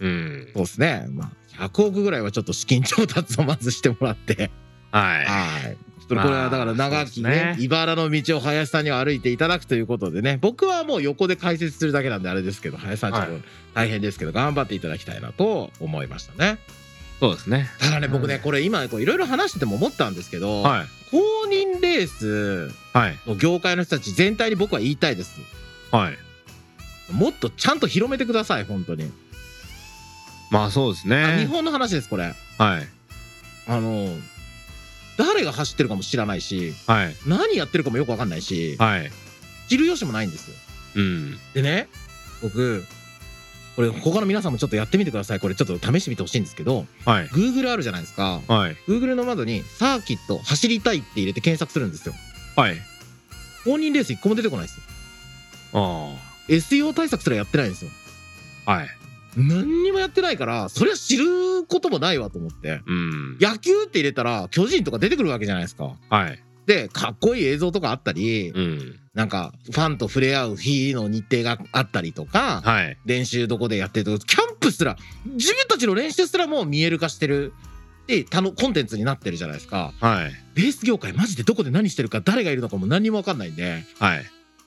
[SPEAKER 1] うん
[SPEAKER 2] そ。うですねまあ100億ぐらいはちょっと資金調達をまずしてもらって
[SPEAKER 1] は
[SPEAKER 2] はい。ちょっとこれはだから長き
[SPEAKER 1] まあそう
[SPEAKER 2] ね
[SPEAKER 1] ですね
[SPEAKER 2] 茨の道を林さんには歩いていただくということでね僕はもう横で解説するだけなんであれですけど林さんちょっと大変ですけど頑張っていただきたいなと思いましたね
[SPEAKER 1] い。そうですね。
[SPEAKER 2] ただね僕ねこれ今こういろいろ話してても思ったんですけど、
[SPEAKER 1] はい。
[SPEAKER 2] 公認レース
[SPEAKER 1] はい。
[SPEAKER 2] の業界の人たち全体に僕は言いたいです
[SPEAKER 1] はい。
[SPEAKER 2] もっとちゃんと広めてください本当に、
[SPEAKER 1] まあそうです
[SPEAKER 2] あ日
[SPEAKER 1] ね。
[SPEAKER 2] 本の話ですこれ
[SPEAKER 1] はい。
[SPEAKER 2] あの誰が走ってるかも知らないし
[SPEAKER 1] はい。
[SPEAKER 2] 何やってるかもよく分かんないし
[SPEAKER 1] はい。
[SPEAKER 2] 知る由もないんですよ
[SPEAKER 1] うん。
[SPEAKER 2] でね僕これ他の皆さんもちょっとやってみてくださいこれちょっと試してみてほしいんですけど
[SPEAKER 1] はい。
[SPEAKER 2] Google あるじゃないですか
[SPEAKER 1] はい。
[SPEAKER 2] Google の窓に「サーキット走りたい」って入れて検索するんですよ
[SPEAKER 1] はい。
[SPEAKER 2] 公認レース1個も出てこないですよ
[SPEAKER 1] あ
[SPEAKER 2] SEO 対策すらやってないんですよ
[SPEAKER 1] あ。はい。
[SPEAKER 2] 何にもやってないからそれは知ることもないわと思って
[SPEAKER 1] うん。
[SPEAKER 2] 野球って入れたら巨人とか出てくるわけじゃないですか
[SPEAKER 1] はい。
[SPEAKER 2] でかっこいい映像とかあったり
[SPEAKER 1] うん。
[SPEAKER 2] なんかファンと触れ合う日の日程があったりとか
[SPEAKER 1] はい。
[SPEAKER 2] 練習どこでやってるとかキャンプすら自分たちの練習すらもう見える化してるでたのコンテンツになってるじゃないですか
[SPEAKER 1] はい。
[SPEAKER 2] レース業界マジでどこで何してるか誰がいるのかも何にも分かんないんで
[SPEAKER 1] はい。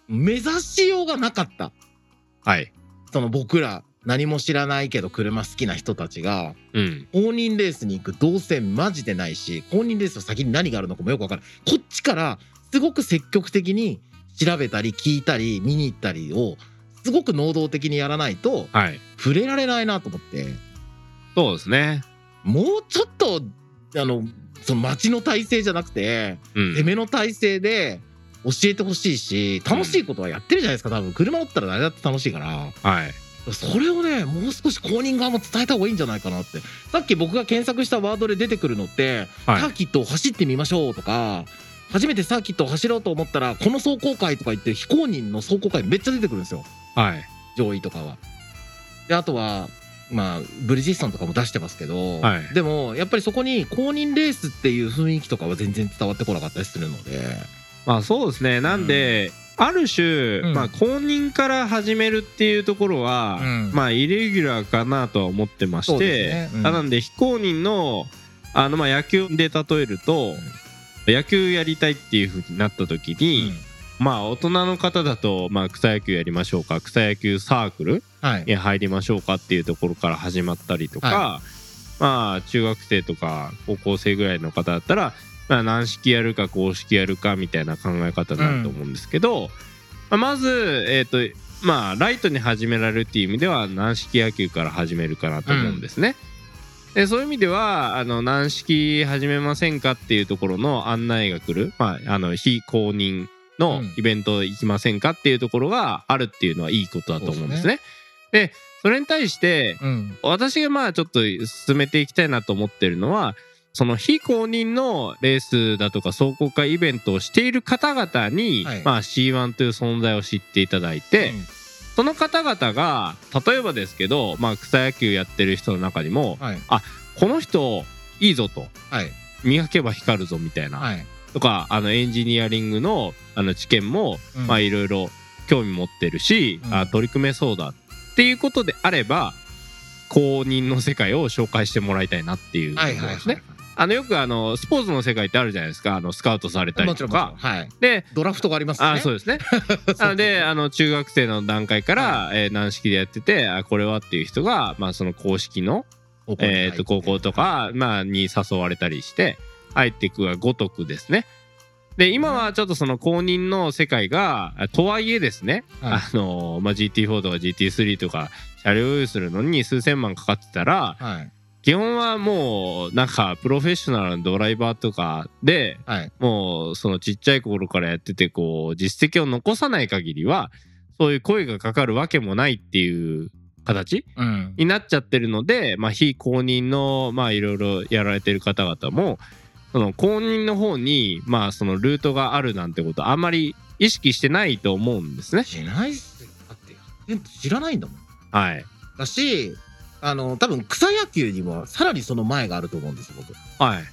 [SPEAKER 2] 目指しようがなかった
[SPEAKER 1] はい。
[SPEAKER 2] その僕ら何も知らないけど車好きな人たちが
[SPEAKER 1] うん。
[SPEAKER 2] 公認レースに行く動線マジでないし公認レースの先に何があるのかもよく分からないこっちからすごく積極的に調べたり聞いたり見に行ったりをすごく能動的にやらないと
[SPEAKER 1] はい。
[SPEAKER 2] 触れられないなと思って
[SPEAKER 1] そうですね。
[SPEAKER 2] もうちょっとあのその町の体制じゃなくて
[SPEAKER 1] う
[SPEAKER 2] 攻
[SPEAKER 1] ん。
[SPEAKER 2] めの体制で教えてほしいし楽しいことはやってるじゃないですか多分車乗ったら誰だって楽しいから。
[SPEAKER 1] はい。
[SPEAKER 2] それをねもう少し公認側も伝えた方がいいんじゃないかなってさっき僕が検索したワードで出てくるのって、
[SPEAKER 1] はい
[SPEAKER 2] サーキットを走ってみましょうとか初めてサーキットを走ろうと思ったらこの走行会とか言って非公認の走行会めっちゃ出てくるんですよ
[SPEAKER 1] はい。
[SPEAKER 2] 上位とかは。であとはまあブリヂストンとかも出してますけど、
[SPEAKER 1] はい
[SPEAKER 2] でもやっぱりそこに公認レースっていう雰囲気とかは全然伝わってこなかったりするので
[SPEAKER 1] まあそうですね。なんで、ある種、
[SPEAKER 2] うん
[SPEAKER 1] まあ、公認から始めるっていうところは、
[SPEAKER 2] うん
[SPEAKER 1] まあイレギュラーかなとは思ってま
[SPEAKER 2] そ
[SPEAKER 1] し
[SPEAKER 2] う
[SPEAKER 1] て、
[SPEAKER 2] ですねうん
[SPEAKER 1] あなんで非公認のあのまあ野球で例えると、野球やりたいっていうふうになった時に、まあ大人の方だと、まあ、草野球やりましょうか草野球サークル
[SPEAKER 2] はい。
[SPEAKER 1] に入りましょうかっていうところから始まったりとか、
[SPEAKER 2] は
[SPEAKER 1] まあ中学生とか高校生ぐらいの方だったら、まあ、軟式やるか公式やるかみたいな考え方になると思うんですけど、まあまずえっ、とまあライトに始められるっていう意味では軟式野球から始めるかなと思うんですね。でそういう意味ではあの軟式始めませんかっていうところの案内が来る、まあ、あの非公認の
[SPEAKER 2] うん
[SPEAKER 1] イベント行きませんかっていうところがあるっていうのはいいことだと思うんですね。でそれに対して
[SPEAKER 2] うん。
[SPEAKER 1] 私がまあちょっと進めていきたいなと思ってるのはその非公認のレースだとか壮行会イベントをしている方々に、
[SPEAKER 2] はい
[SPEAKER 1] まあ、C1 という存在を知っていただいて、その方々が例えばですけど、まあ、草野球やってる人の中にも
[SPEAKER 2] うん、はい。
[SPEAKER 1] この人いいぞと
[SPEAKER 2] はい。
[SPEAKER 1] 磨けば光るぞみたいな、
[SPEAKER 2] はい。
[SPEAKER 1] とかあのエンジニアリングのあの知見も
[SPEAKER 2] うん
[SPEAKER 1] まあいろいろ興味持ってるし、
[SPEAKER 2] うん
[SPEAKER 1] あ取り組めそうだっていうことであれば公認の世界を紹介してもらいたいなっていうとこ
[SPEAKER 2] は
[SPEAKER 1] ろ
[SPEAKER 2] い。はい。
[SPEAKER 1] ですね。あのよくあのスポーツの世界ってあるじゃないですかあのスカウトされた
[SPEAKER 2] はい。
[SPEAKER 1] り
[SPEAKER 2] もちろ
[SPEAKER 1] と
[SPEAKER 2] ん。もちろん
[SPEAKER 1] か。
[SPEAKER 2] はい。
[SPEAKER 1] で
[SPEAKER 2] ドラフトがありますね。
[SPEAKER 1] あそうですね なのであの中学生の段階から、えー軟式でやっててあこれはっていう人が、まあ、その公式の、
[SPEAKER 2] 高校に入
[SPEAKER 1] え
[SPEAKER 2] って
[SPEAKER 1] ー、と高校と。か、まあ、に誘われたりして入っていくがごとくですね。で今はちょっとその公認の世界がとはいえですね
[SPEAKER 2] はい
[SPEAKER 1] あのまあ、GT4 とか GT3 とか車両用意するのに数千万かかってたら
[SPEAKER 2] はい。
[SPEAKER 1] 基本はもうなんかプロフェッショナルのドライバーとかで
[SPEAKER 2] はい。
[SPEAKER 1] もうそのちっちゃい頃からやっててこう実績を残さない限りはそういう声がかかるわけもないっていう形
[SPEAKER 2] うん。
[SPEAKER 1] になっちゃってるので、まあ、非公認のまあいろいろやられてる方々もその公認の方にまあそのルートがあるなんてことあんまり意識してないと思うんですね。
[SPEAKER 2] しないっすよ。だって、え知らないんだもん。
[SPEAKER 1] はい
[SPEAKER 2] だし、あの、多分草野球にはさらにその前があると思うんですよ、僕。
[SPEAKER 1] はい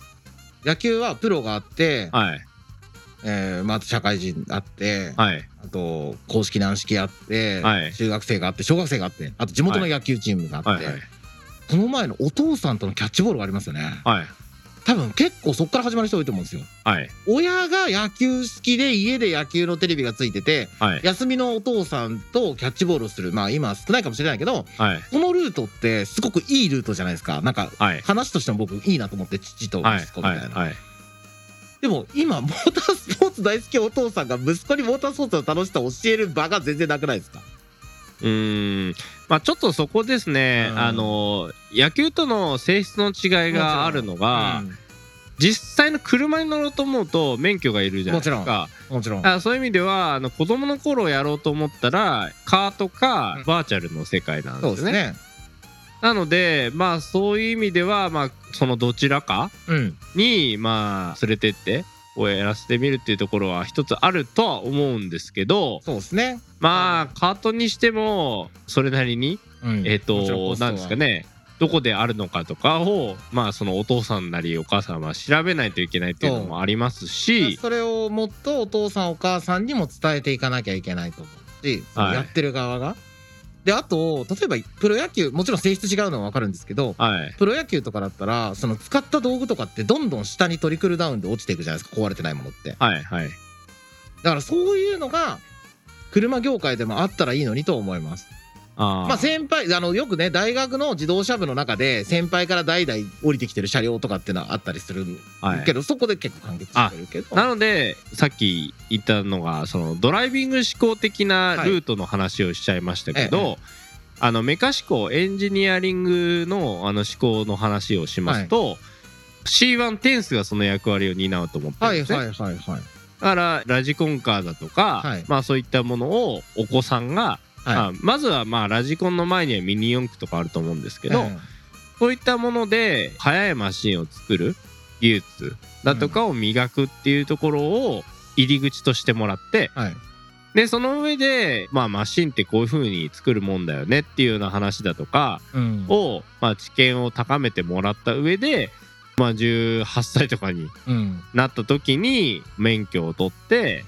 [SPEAKER 2] 野球はプロがあって、
[SPEAKER 1] はい
[SPEAKER 2] えーまあ、社会人あって、
[SPEAKER 1] はい
[SPEAKER 2] あと、公式軟式あって、
[SPEAKER 1] はい
[SPEAKER 2] 中学生があって、小学生があって、あと地元の野球チームがあって、
[SPEAKER 1] はいはい
[SPEAKER 2] その前のお父さんとのキャッチボールがありますよね。
[SPEAKER 1] はい
[SPEAKER 2] 多分結構そこから始まる人多いと思うんですよ。
[SPEAKER 1] はい
[SPEAKER 2] 親が野球好きで家で野球のテレビがついてて
[SPEAKER 1] はい
[SPEAKER 2] 休みのお父さんとキャッチボールをするまあ今少ないかもしれないけど
[SPEAKER 1] はい
[SPEAKER 2] このルートってすごくいいルートじゃないですかなんか
[SPEAKER 1] はい
[SPEAKER 2] 話としても僕いいなと思って父と
[SPEAKER 1] はい
[SPEAKER 2] 息子み
[SPEAKER 1] は
[SPEAKER 2] た
[SPEAKER 1] い
[SPEAKER 2] いな、
[SPEAKER 1] はい
[SPEAKER 2] でも今モータースポーツ大好きお父さんが息子にモータースポーツの楽しさを教える場が全然なくないですか
[SPEAKER 1] うーんまあちょっとそこですね、
[SPEAKER 2] うん
[SPEAKER 1] あの野球との性質の違いがあるのが、
[SPEAKER 2] うん
[SPEAKER 1] 実際の車に乗ろうと思うと免許がいるじゃないです
[SPEAKER 2] も
[SPEAKER 1] か
[SPEAKER 2] もちろん
[SPEAKER 1] あそういう意味ではあの子供の頃やろうと思ったらカートか
[SPEAKER 2] うん
[SPEAKER 1] バーチャルの世界なん
[SPEAKER 2] そう
[SPEAKER 1] で
[SPEAKER 2] ですす
[SPEAKER 1] ね,、
[SPEAKER 2] ね
[SPEAKER 1] なのでまあそういう意味ではまあそのどちらか
[SPEAKER 2] うん
[SPEAKER 1] にまあ連れてってをやらせてみるっていうところは一つあるとは思うんですけど、
[SPEAKER 2] そうですね
[SPEAKER 1] まあカートにしてもそれなりに
[SPEAKER 2] うん
[SPEAKER 1] えっ、
[SPEAKER 2] もちろコ
[SPEAKER 1] と
[SPEAKER 2] ストは
[SPEAKER 1] 何ですかねどこであるのかとかをまあそのお父さんなりお母さんは調べないといけないっていうのもありますし
[SPEAKER 2] それをもっとお父さんお母さんにも伝えていかなきゃいけないと思うし、その
[SPEAKER 1] はい
[SPEAKER 2] やってる側が。であと例えばプロ野球もちろん性質違うのは分かるんですけど
[SPEAKER 1] はい
[SPEAKER 2] プロ野球とかだったらその使った道具とかってどんどん下にトリクルダウンで落ちていくじゃないですか壊れてないものってだ
[SPEAKER 1] はいはい
[SPEAKER 2] からそういうのが車業界でもあったらいいのにと思います
[SPEAKER 1] あー
[SPEAKER 2] まあ先輩あのよくね大学の自動車部の中で先輩から代々降りてきてる車両とかっていうのはあったりする
[SPEAKER 1] はい
[SPEAKER 2] けど、そこで結構完結してるけど
[SPEAKER 1] なのでさっき言ったのがそのドライビング思考的なルートの話をしちゃいましたけど、
[SPEAKER 2] はいえ
[SPEAKER 1] あのメカ思考エンジニアリングのあの思考の話をしますと、C1 テンスがその役割を担うと思ってるん
[SPEAKER 2] は
[SPEAKER 1] で
[SPEAKER 2] い
[SPEAKER 1] すね、
[SPEAKER 2] はいはいはい
[SPEAKER 1] だからラジコンカーだとか、
[SPEAKER 2] はい
[SPEAKER 1] まあそういったものをお子さんが、
[SPEAKER 2] はい
[SPEAKER 1] まあまずはまあラジコンの前にはミニ四駆とかあると思うんですけど、
[SPEAKER 2] ええ
[SPEAKER 1] そういったもので速いマシンを作る技術だとかを磨くっていうところを入り口としてもらって
[SPEAKER 2] はい。
[SPEAKER 1] でその上で、まあ、マシンってこういう風に作るもんだよねっていうような話だとか
[SPEAKER 2] うん
[SPEAKER 1] を、まあ、知見を高めてもらった上で、まあ、18歳とかに
[SPEAKER 2] うん。
[SPEAKER 1] なった時に免許を取って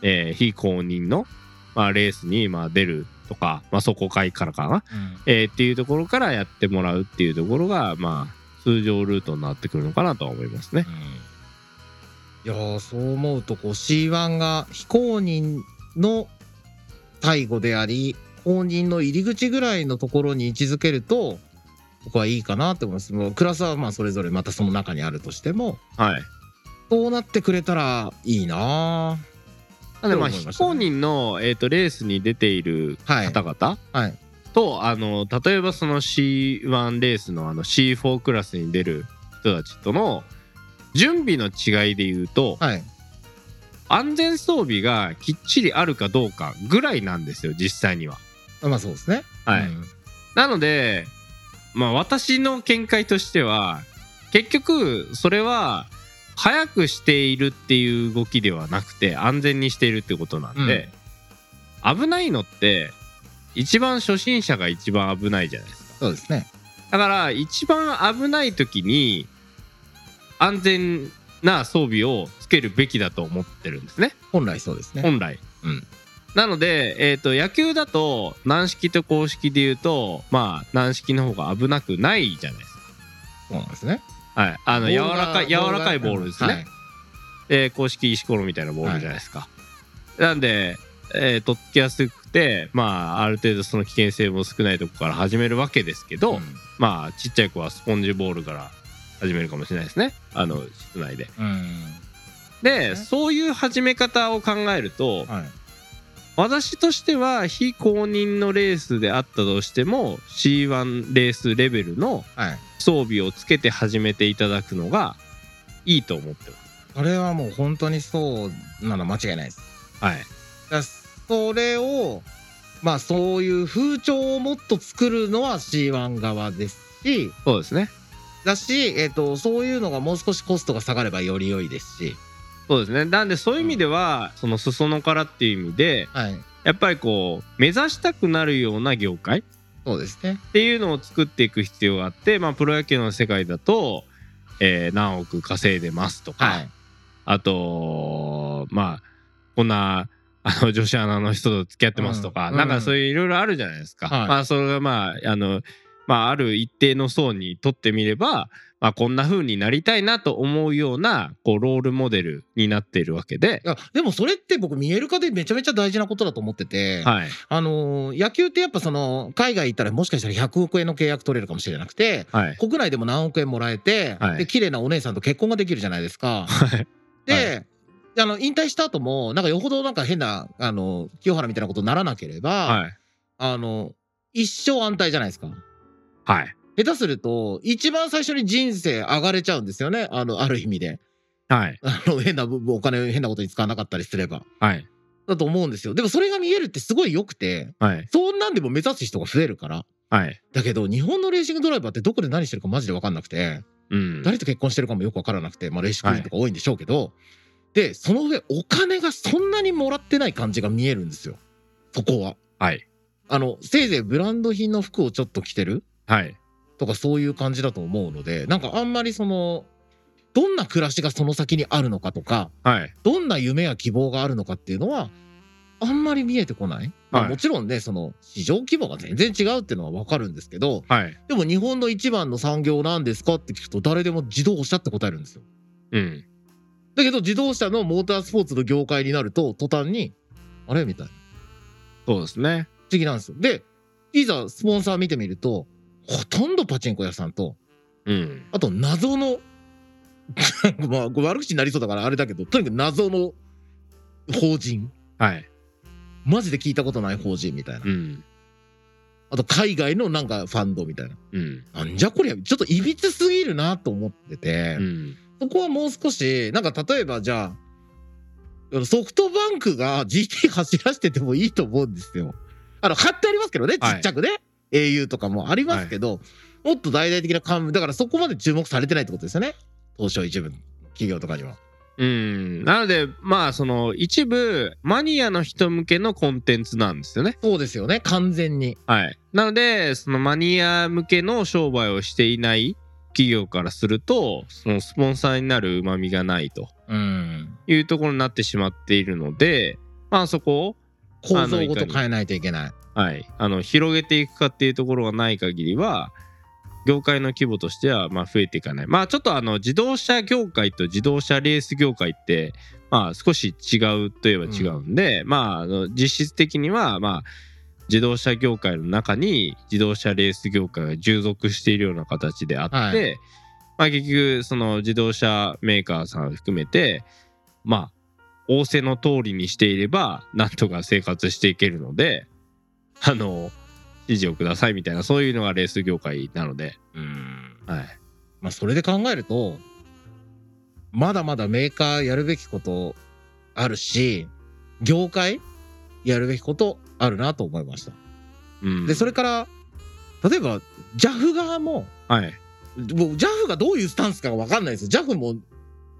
[SPEAKER 1] えー非公認の、まあ、レースにまあ出るとか、まあ、そこ会からかな、えーっていうところからやってもらうっていうところが、まあ、通常ルートになってくるのかなとは思いますね。
[SPEAKER 2] いやーそう思うとこう C1 が非公認の対護であり公認の入り口ぐらいのところに位置づけると僕はいいかなって思いますもうクラスはまあそれぞれまたその中にあるとしても
[SPEAKER 1] はい、
[SPEAKER 2] そうなってくれたらいいな
[SPEAKER 1] なので、まあ、
[SPEAKER 2] そう思い
[SPEAKER 1] 非
[SPEAKER 2] ました
[SPEAKER 1] 公
[SPEAKER 2] ね
[SPEAKER 1] 認の、えー、とレースに出ている
[SPEAKER 2] ーはい
[SPEAKER 1] 方々
[SPEAKER 2] はい
[SPEAKER 1] と、あの例えばその C1 レースのあの C4 クラスに出る人たちとの準備の違いで言うと、
[SPEAKER 2] はい
[SPEAKER 1] 安全装備がきっちりあるかどうかぐらいなんですよ実際には。
[SPEAKER 2] まあそうですね
[SPEAKER 1] はい
[SPEAKER 2] うん
[SPEAKER 1] なので、まあ、私の見解としては結局それは早くしているっていう動きではなくて安全にしているってことなんで、危ないのって一番初心者が一番危ないじゃないですか。
[SPEAKER 2] そうですね
[SPEAKER 1] だから一番危ない時に安全な装備をつけるべきだと思ってるんですね。
[SPEAKER 2] 本来そうですね
[SPEAKER 1] 本来、
[SPEAKER 2] うん
[SPEAKER 1] なので、えー、と野球だと軟式と公式で言うとまあ軟式の方が危なくないじゃないです
[SPEAKER 2] そうなんですね
[SPEAKER 1] か、はい、あの
[SPEAKER 2] ボー
[SPEAKER 1] 柔
[SPEAKER 2] ルが
[SPEAKER 1] らかい柔らかいボールですね、
[SPEAKER 2] はい
[SPEAKER 1] えー公式石ころみたいなボールじゃないですか、なんで、えー取っきやすくてまあある程度その危険性も少ないとこから始めるわけですけど、
[SPEAKER 2] う
[SPEAKER 1] まあちっちゃい子はスポンジボールから始めるかもしれないですねあの室内で
[SPEAKER 2] んうん
[SPEAKER 1] で
[SPEAKER 2] ね
[SPEAKER 1] そういう始め方を考えると、
[SPEAKER 2] はい
[SPEAKER 1] 私としては非公認のレースであったとしても C1 レースレベルの
[SPEAKER 2] はい
[SPEAKER 1] 装備をつけて始めていただくのがいいと思ってます。
[SPEAKER 2] これはもう本当にそうなの間違いないです
[SPEAKER 1] はい、
[SPEAKER 2] だそれをまあそういう風潮をもっと作るのは C1 側ですし
[SPEAKER 1] そうですね。
[SPEAKER 2] だし、えっとそういうのがもう少しコストが下がればより良いですし、
[SPEAKER 1] そうですね。なんでそういう意味では、その裾野からっていう意味で
[SPEAKER 2] はい、
[SPEAKER 1] やっぱりこう目指したくなるような業界
[SPEAKER 2] そうですね
[SPEAKER 1] っていうのを作っていく必要があって、まあ、プロ野球の世界だと、えー何億稼いでますとか、
[SPEAKER 2] はい
[SPEAKER 1] あとまあこんなあの女 子アナの人と付き合ってますとか、
[SPEAKER 2] うん
[SPEAKER 1] なんかそういういろいろあるじゃないですか、
[SPEAKER 2] はい
[SPEAKER 1] まあそれがまああのまあある一定の層にとってみれば、まあ、こんな風になりたいなと思うようなこうロールモデルになっているわけで
[SPEAKER 2] い、やでもそれって僕見える化でめちゃめちゃ大事なことだと思ってて、
[SPEAKER 1] はい
[SPEAKER 2] あのー野球ってやっぱその海外行ったらもしかしたら100億円の契約取れるかもしれなくて
[SPEAKER 1] はい
[SPEAKER 2] 国内でも何億円もらえて、
[SPEAKER 1] はい
[SPEAKER 2] で綺麗なお姉さんと結婚ができるじゃないですか。
[SPEAKER 1] はい
[SPEAKER 2] で、あの引退した後もなんかよほどなんか変なあの清原みたいなことにならなければ、
[SPEAKER 1] はい
[SPEAKER 2] あの一生安泰じゃないですか。
[SPEAKER 1] はい
[SPEAKER 2] 下手すると一番最初に人生上がれちゃうんですよねあのある意味で
[SPEAKER 1] はい
[SPEAKER 2] あの変な部分お金変なことに使わなかったりすれば
[SPEAKER 1] はい
[SPEAKER 2] だと思うんですよでもそれが見えるってすごい良くて
[SPEAKER 1] はい
[SPEAKER 2] そんなんでも目指す人が増えるから
[SPEAKER 1] はい
[SPEAKER 2] だけど日本のレーシングドライバーってどこで何してるかマジで分かんなくて
[SPEAKER 1] うん
[SPEAKER 2] 誰と結婚してるかもよく分からなくて、まあ、レーシックとか多いんでしょうけど、でその上お金がそんなにもらってない感じが見えるんですよそこは
[SPEAKER 1] はい
[SPEAKER 2] あのせいぜいブランド品の服をちょっと着てる
[SPEAKER 1] はい
[SPEAKER 2] とかそういう感じだと思うのでなんかあんまりそのどんな暮らしがその先にあるのかとか
[SPEAKER 1] はい
[SPEAKER 2] どんな夢や希望があるのかっていうのはあんまり見えてこない、まあ
[SPEAKER 1] はい
[SPEAKER 2] もちろんねその市場規模が全然違うっていうのは分かるんですけど
[SPEAKER 1] はい
[SPEAKER 2] でも日本の一番の産業なんですかって聞くと誰でも自動車って答えるんですよ
[SPEAKER 1] うん
[SPEAKER 2] だけど自動車のモータースポーツの業界になると途端にあれみたいな
[SPEAKER 1] そうですね
[SPEAKER 2] 不思議なんですよでいざスポンサー見てみるとほとんどパチンコ屋さんと
[SPEAKER 1] うん
[SPEAKER 2] あと謎の まあこれ悪口になりそうだからあれだけどとにかく謎の法人
[SPEAKER 1] はい
[SPEAKER 2] マジで聞いたことない法人みたいな
[SPEAKER 1] うん
[SPEAKER 2] あと海外のなんかファンドみたいな
[SPEAKER 1] うん
[SPEAKER 2] なんじゃこりゃちょっといびつすぎるなと思ってて、
[SPEAKER 1] うん
[SPEAKER 2] そこはもう少しなんか例えばじゃあソフトバンクが GT 走らせててもいいと思うんですよあの買ってありますけどねち
[SPEAKER 1] はい
[SPEAKER 2] っちゃくね、au とかもありますけど、もっと大々的な幹部だからそこまで注目されてないってことですよね東証一部の企業とかには
[SPEAKER 1] うん、なのでまあその一部マニアの人向けのコンテンツなんですよね。
[SPEAKER 2] そうですよね完全に
[SPEAKER 1] はい、なのでそのマニア向けの商売をしていない企業からするとそのスポンサーになるうまみがないと
[SPEAKER 2] うん
[SPEAKER 1] いうところになってしまっているのでまあそこを
[SPEAKER 2] 構造ごと変えないといけない。
[SPEAKER 1] はい、あの広げていくかっていうところがない限りは業界の規模としてはまあ増えていかないまあちょっとあの自動車業界と自動車レース業界ってまあ少し違うといえば違うんで、まああの実質的にはまあ自動車業界の中に自動車レース業界が従属しているような形であって、ま
[SPEAKER 2] は
[SPEAKER 1] あ結局その自動車メーカーさん含めてまあ仰せの通りにしていればなんとか生活していけるのであの指示をくださいみたいなそういうのがレース業界なので、
[SPEAKER 2] うん
[SPEAKER 1] はい、
[SPEAKER 2] まあ、それで考えると、まだまだメーカーやるべきことあるし、業界やるべきことあるなと思いました。
[SPEAKER 1] うん、
[SPEAKER 2] で、それから、例えば JAF 側も、
[SPEAKER 1] はい
[SPEAKER 2] 僕 JAF がどういうスタンスかわかんないですよ。JAF も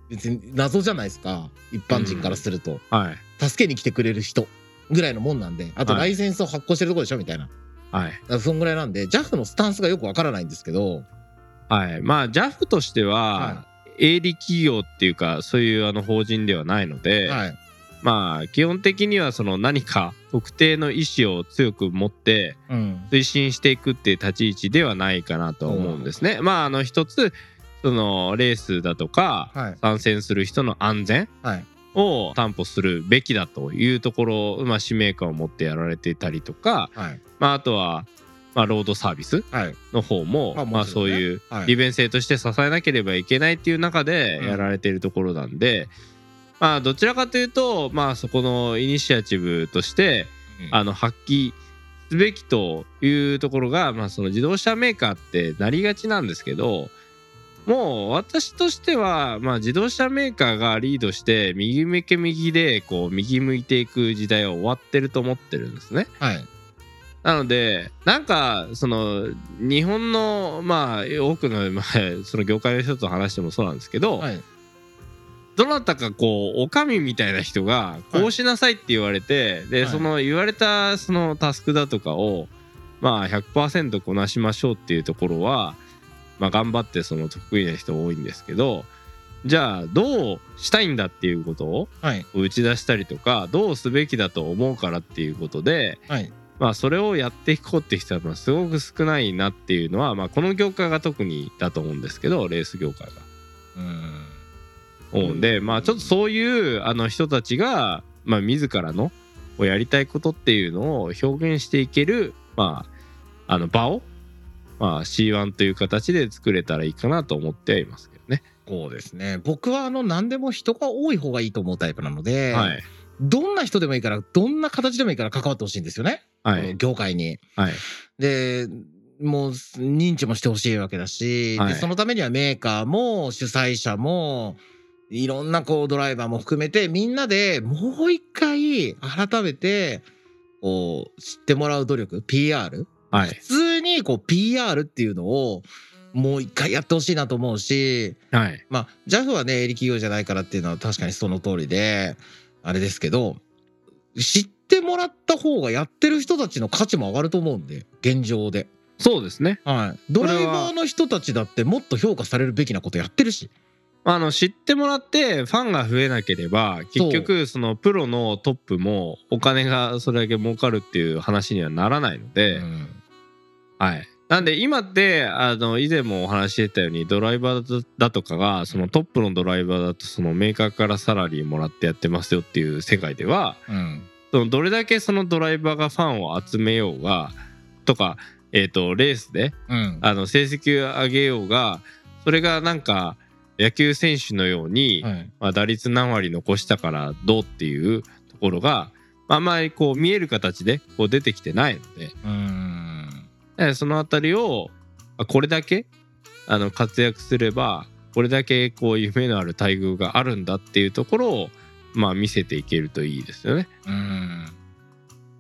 [SPEAKER 2] 別に謎じゃないですか。一般人からすると。
[SPEAKER 1] はい
[SPEAKER 2] 助けに来てくれる人ぐらいのもんなんで、あと
[SPEAKER 1] は
[SPEAKER 2] ラ
[SPEAKER 1] い
[SPEAKER 2] イセンスを発行してるとこでしょみたいな。だ
[SPEAKER 1] はい
[SPEAKER 2] からそんぐらいなんで、JAF のスタンスがよくわからないんですけど、
[SPEAKER 1] はいまあ JAF としては
[SPEAKER 2] は
[SPEAKER 1] 営利企業っていうかそういうあの法人ではないので、
[SPEAKER 2] はい。
[SPEAKER 1] まあ基本的にはその何か特定の意思を強く持って
[SPEAKER 2] うん。
[SPEAKER 1] 推進していくっていう立ち位置ではないかなとは思うんですね。まああの一つそのレースだとか
[SPEAKER 2] はい。
[SPEAKER 1] 参戦する人の安全
[SPEAKER 2] はい。
[SPEAKER 1] を担保するべきだというところを、まあ、使命感を持ってやられていたりとか、
[SPEAKER 2] はい。
[SPEAKER 1] まあ、あとは、まあ、ロードサービス
[SPEAKER 2] はい。
[SPEAKER 1] の方も、
[SPEAKER 2] まあ
[SPEAKER 1] まあ、
[SPEAKER 2] もちろ
[SPEAKER 1] そ
[SPEAKER 2] ん
[SPEAKER 1] う
[SPEAKER 2] ね
[SPEAKER 1] いう
[SPEAKER 2] はい
[SPEAKER 1] 利便性として支えなければいけないっていう中で
[SPEAKER 2] うん
[SPEAKER 1] やられているところなんで、まあ、どちらかというと、まあ、そこのイニシアチブとしてあの発揮すべきというところが、まあ、その自動車メーカーってなりがちなんですけどもう私としては、まあ、自動車メーカーがリードして右向け右でこう右向いていく時代は終わってると思ってるんですね。
[SPEAKER 2] はい。
[SPEAKER 1] なのでなんかその日本のまあ多くの,、まあ、 その業界の人と話してもそうなんですけど、
[SPEAKER 2] はい。
[SPEAKER 1] どなたかこうおかみみたいな人がこうしなさいって言われて、で、
[SPEAKER 2] はい
[SPEAKER 1] その言われたそのタスクだとかをまあ100%こなしましょうっていうところは、まあ、頑張ってその得意な人多いんですけどじゃあどうしたいんだっていうことを
[SPEAKER 2] はい。
[SPEAKER 1] 打ち出したりとかどうすべきだと思うからっていうことで、
[SPEAKER 2] はい。
[SPEAKER 1] まあ、それをやっていこうって人はまあすごく少ないなっていうのは、まあ、この業界が特にだと思うんですけどレース業界が。
[SPEAKER 2] うん。
[SPEAKER 1] 思うんで、まあちょっとそういうあの人たちが、まあ、自らのをやりたいことっていうのを表現していける、まあ、あの場を、まあ、C1 という形で作れたらいいかなと思ってはいますけどね。
[SPEAKER 2] そうですね。僕はあの、何でも人が多い方がいいと思うタイプなので、
[SPEAKER 1] はい、
[SPEAKER 2] どんな人でもいいから、どんな形でもいいから関わってほしいんですよね。
[SPEAKER 1] は
[SPEAKER 2] この
[SPEAKER 1] い、
[SPEAKER 2] 業界に。
[SPEAKER 1] はい、
[SPEAKER 2] で、もう認知もしてほしいわけだし、
[SPEAKER 1] はい
[SPEAKER 2] でそのためにはメーカーも主催者も、いろんなこうドライバーも含めて、みんなでもう一回改めて、こう、知ってもらう努力、PR?
[SPEAKER 1] はい、
[SPEAKER 2] 普通にこう PR っていうのを、もう一回やってほしいなと思うし、
[SPEAKER 1] はい、
[SPEAKER 2] まあ、JAF はね、営利企業じゃないからっていうのは確かにその通りで、あれですけど、知ってもらった方がやってる人たちの価値も上がると思うんで、現状で。
[SPEAKER 1] そうですね。
[SPEAKER 2] はい。
[SPEAKER 1] こ
[SPEAKER 2] ド
[SPEAKER 1] れは
[SPEAKER 2] ライバーの人たちだってもっと評価されるべきなことやってるし。
[SPEAKER 1] あの知ってもらってファンが増えなければ結局そのプロのトップもお金がそれだけ儲かるっていう話にはならないので、
[SPEAKER 2] うん
[SPEAKER 1] はい。なんで今ってあの以前もお話ししてたようにドライバーだとかがそのトップのドライバーだとそのメーカーからサラリーもらってやってますよっていう世界では
[SPEAKER 2] うん。
[SPEAKER 1] そのどれだけそのドライバーがファンを集めようがとか、えー、とレースで
[SPEAKER 2] うん。
[SPEAKER 1] あの成績を上げようがそれがなんか野球選手のように、
[SPEAKER 2] はい。
[SPEAKER 1] まあ、打率何割残したからどうっていうところがまああんまりこう見える形でこう出てきてないので。
[SPEAKER 2] うん。
[SPEAKER 1] えーそのあたりをあこれだけあの活躍すればこれだけこう夢のある待遇があるんだっていうところをまあ見せていけるといいですよね。
[SPEAKER 2] うん。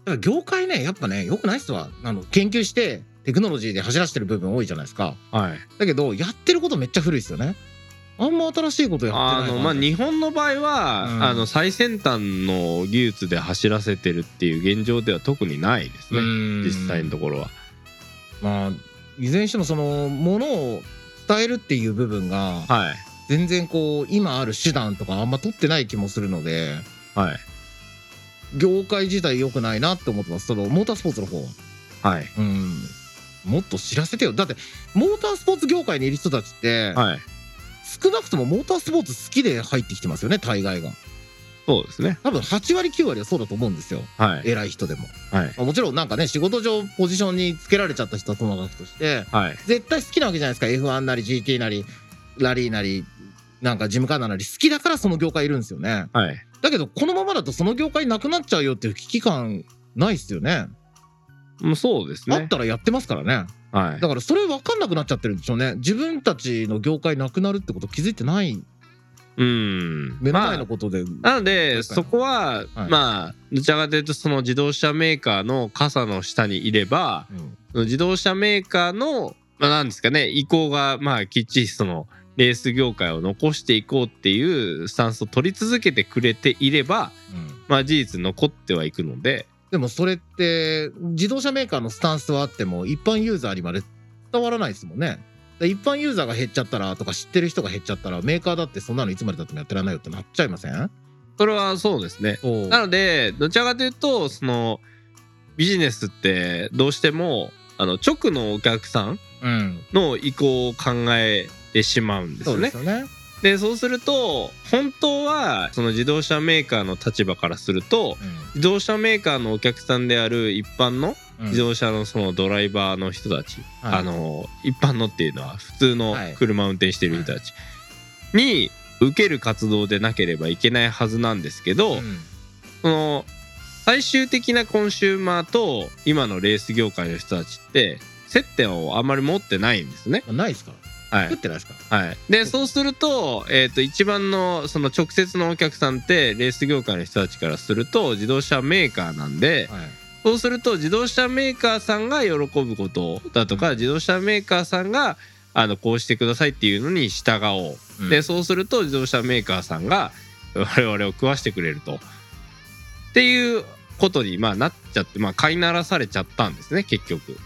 [SPEAKER 2] だから業界ね、やっぱね、良くない人は、あの、研究して、テクノロジーで走らせてる部分多いじゃないですか。
[SPEAKER 1] はい、
[SPEAKER 2] だけど、やってることめっちゃ古いですよね。あんま新しいことやってない
[SPEAKER 1] あ
[SPEAKER 2] な
[SPEAKER 1] のまあ日本の場合は、
[SPEAKER 2] うん
[SPEAKER 1] あの最先端の技術で走らせてるっていう現状では特にないですね、実
[SPEAKER 2] 実
[SPEAKER 1] 際のところは。
[SPEAKER 2] まあいずれにしてもそのものを伝えるっていう部分が
[SPEAKER 1] はい、
[SPEAKER 2] 全然こう今ある手段とかあんま取ってない気もするので
[SPEAKER 1] はい、
[SPEAKER 2] 業界自体良くないなって思ってますそのモータースポーツの方は
[SPEAKER 1] はい
[SPEAKER 2] うんもっと知らせてよだってモータースポーツ業界にいる人たちって、
[SPEAKER 1] はい
[SPEAKER 2] 少なくともモータースポーツ好きで入ってきてますよね大概が
[SPEAKER 1] そうですね
[SPEAKER 2] 多分8割9割はそうだと思うんですよ
[SPEAKER 1] はい
[SPEAKER 2] 偉い人でも
[SPEAKER 1] はい
[SPEAKER 2] まあもちろんなんかね仕事上ポジションにつけられちゃった人はともかくとして
[SPEAKER 1] はい
[SPEAKER 2] 絶対好きなわけじゃないですか F1 なり GT なりラリーなりなんかジムカーナなり好きだからその業界いるんですよね
[SPEAKER 1] はい
[SPEAKER 2] だけどこのままだとその業界なくなっちゃうよっていう危機感ないっすよね
[SPEAKER 1] もうそうです
[SPEAKER 2] あ
[SPEAKER 1] ね
[SPEAKER 2] ったらやってますからね
[SPEAKER 1] はい
[SPEAKER 2] だからそれ分かんなくなっちゃってるんでしょうね自分たちの業界なくなるってこと気づいてない
[SPEAKER 1] うん
[SPEAKER 2] 目の
[SPEAKER 1] ま
[SPEAKER 2] 前
[SPEAKER 1] あ
[SPEAKER 2] のことで、
[SPEAKER 1] なので
[SPEAKER 2] 確かに
[SPEAKER 1] そこは、
[SPEAKER 2] はい
[SPEAKER 1] まあどちらかというとその自動車メーカーの傘の下にいれば
[SPEAKER 2] うん
[SPEAKER 1] 自動車メーカーの、まあ、なんですかね意向がまあきっちりそのレース業界を残していこうっていうスタンスを取り続けてくれていれば、
[SPEAKER 2] うん
[SPEAKER 1] まあ、事実残ってはいくので
[SPEAKER 2] でもそれって自動車メーカーのスタンスはあっても一般ユーザーにまで伝わらないですもんねで一般ユーザーが減っちゃったらとか知ってる人が減っちゃったらメーカーだってそんなのいつまでたってもやってらんないよってなっちゃいません
[SPEAKER 1] それはそうですね。
[SPEAKER 2] そう
[SPEAKER 1] なのでどちらかというとそのビジネスってどうしてもあの直のお客さん
[SPEAKER 2] うん、
[SPEAKER 1] の意向を考えてしまうんです
[SPEAKER 2] そ
[SPEAKER 1] よ
[SPEAKER 2] うで
[SPEAKER 1] ね
[SPEAKER 2] す。よね
[SPEAKER 1] でそうすると本当はその自動車メーカーの立場からすると自動車メーカーのお客さんである一般の
[SPEAKER 2] うん
[SPEAKER 1] 自動車のそのドライバーの人たち、
[SPEAKER 2] はい
[SPEAKER 1] あの一般のっていうのは普通の
[SPEAKER 2] はい
[SPEAKER 1] 車運転してる人たちに受ける活動でなければいけないはずなんですけど、
[SPEAKER 2] うん
[SPEAKER 1] その最終的なコンシューマーと今のレース業界の人たちって接点をあまり持ってないんですね。
[SPEAKER 2] まあないですから
[SPEAKER 1] はい
[SPEAKER 2] 食ってないですから
[SPEAKER 1] はい、でそうすると,、えー、と一番のその直接のお客さんってレース業界の人たちからすると自動車メーカーなんで
[SPEAKER 2] はい
[SPEAKER 1] そうすると自動車メーカーさんが喜ぶことだとか自動車メーカーさんがあのこうしてくださいっていうのに従おう、
[SPEAKER 2] うん
[SPEAKER 1] でそうすると自動車メーカーさんが我々を食わしてくれるとっていうことに、まあ、なっちゃって、まあ、飼いならされちゃったんですね結局。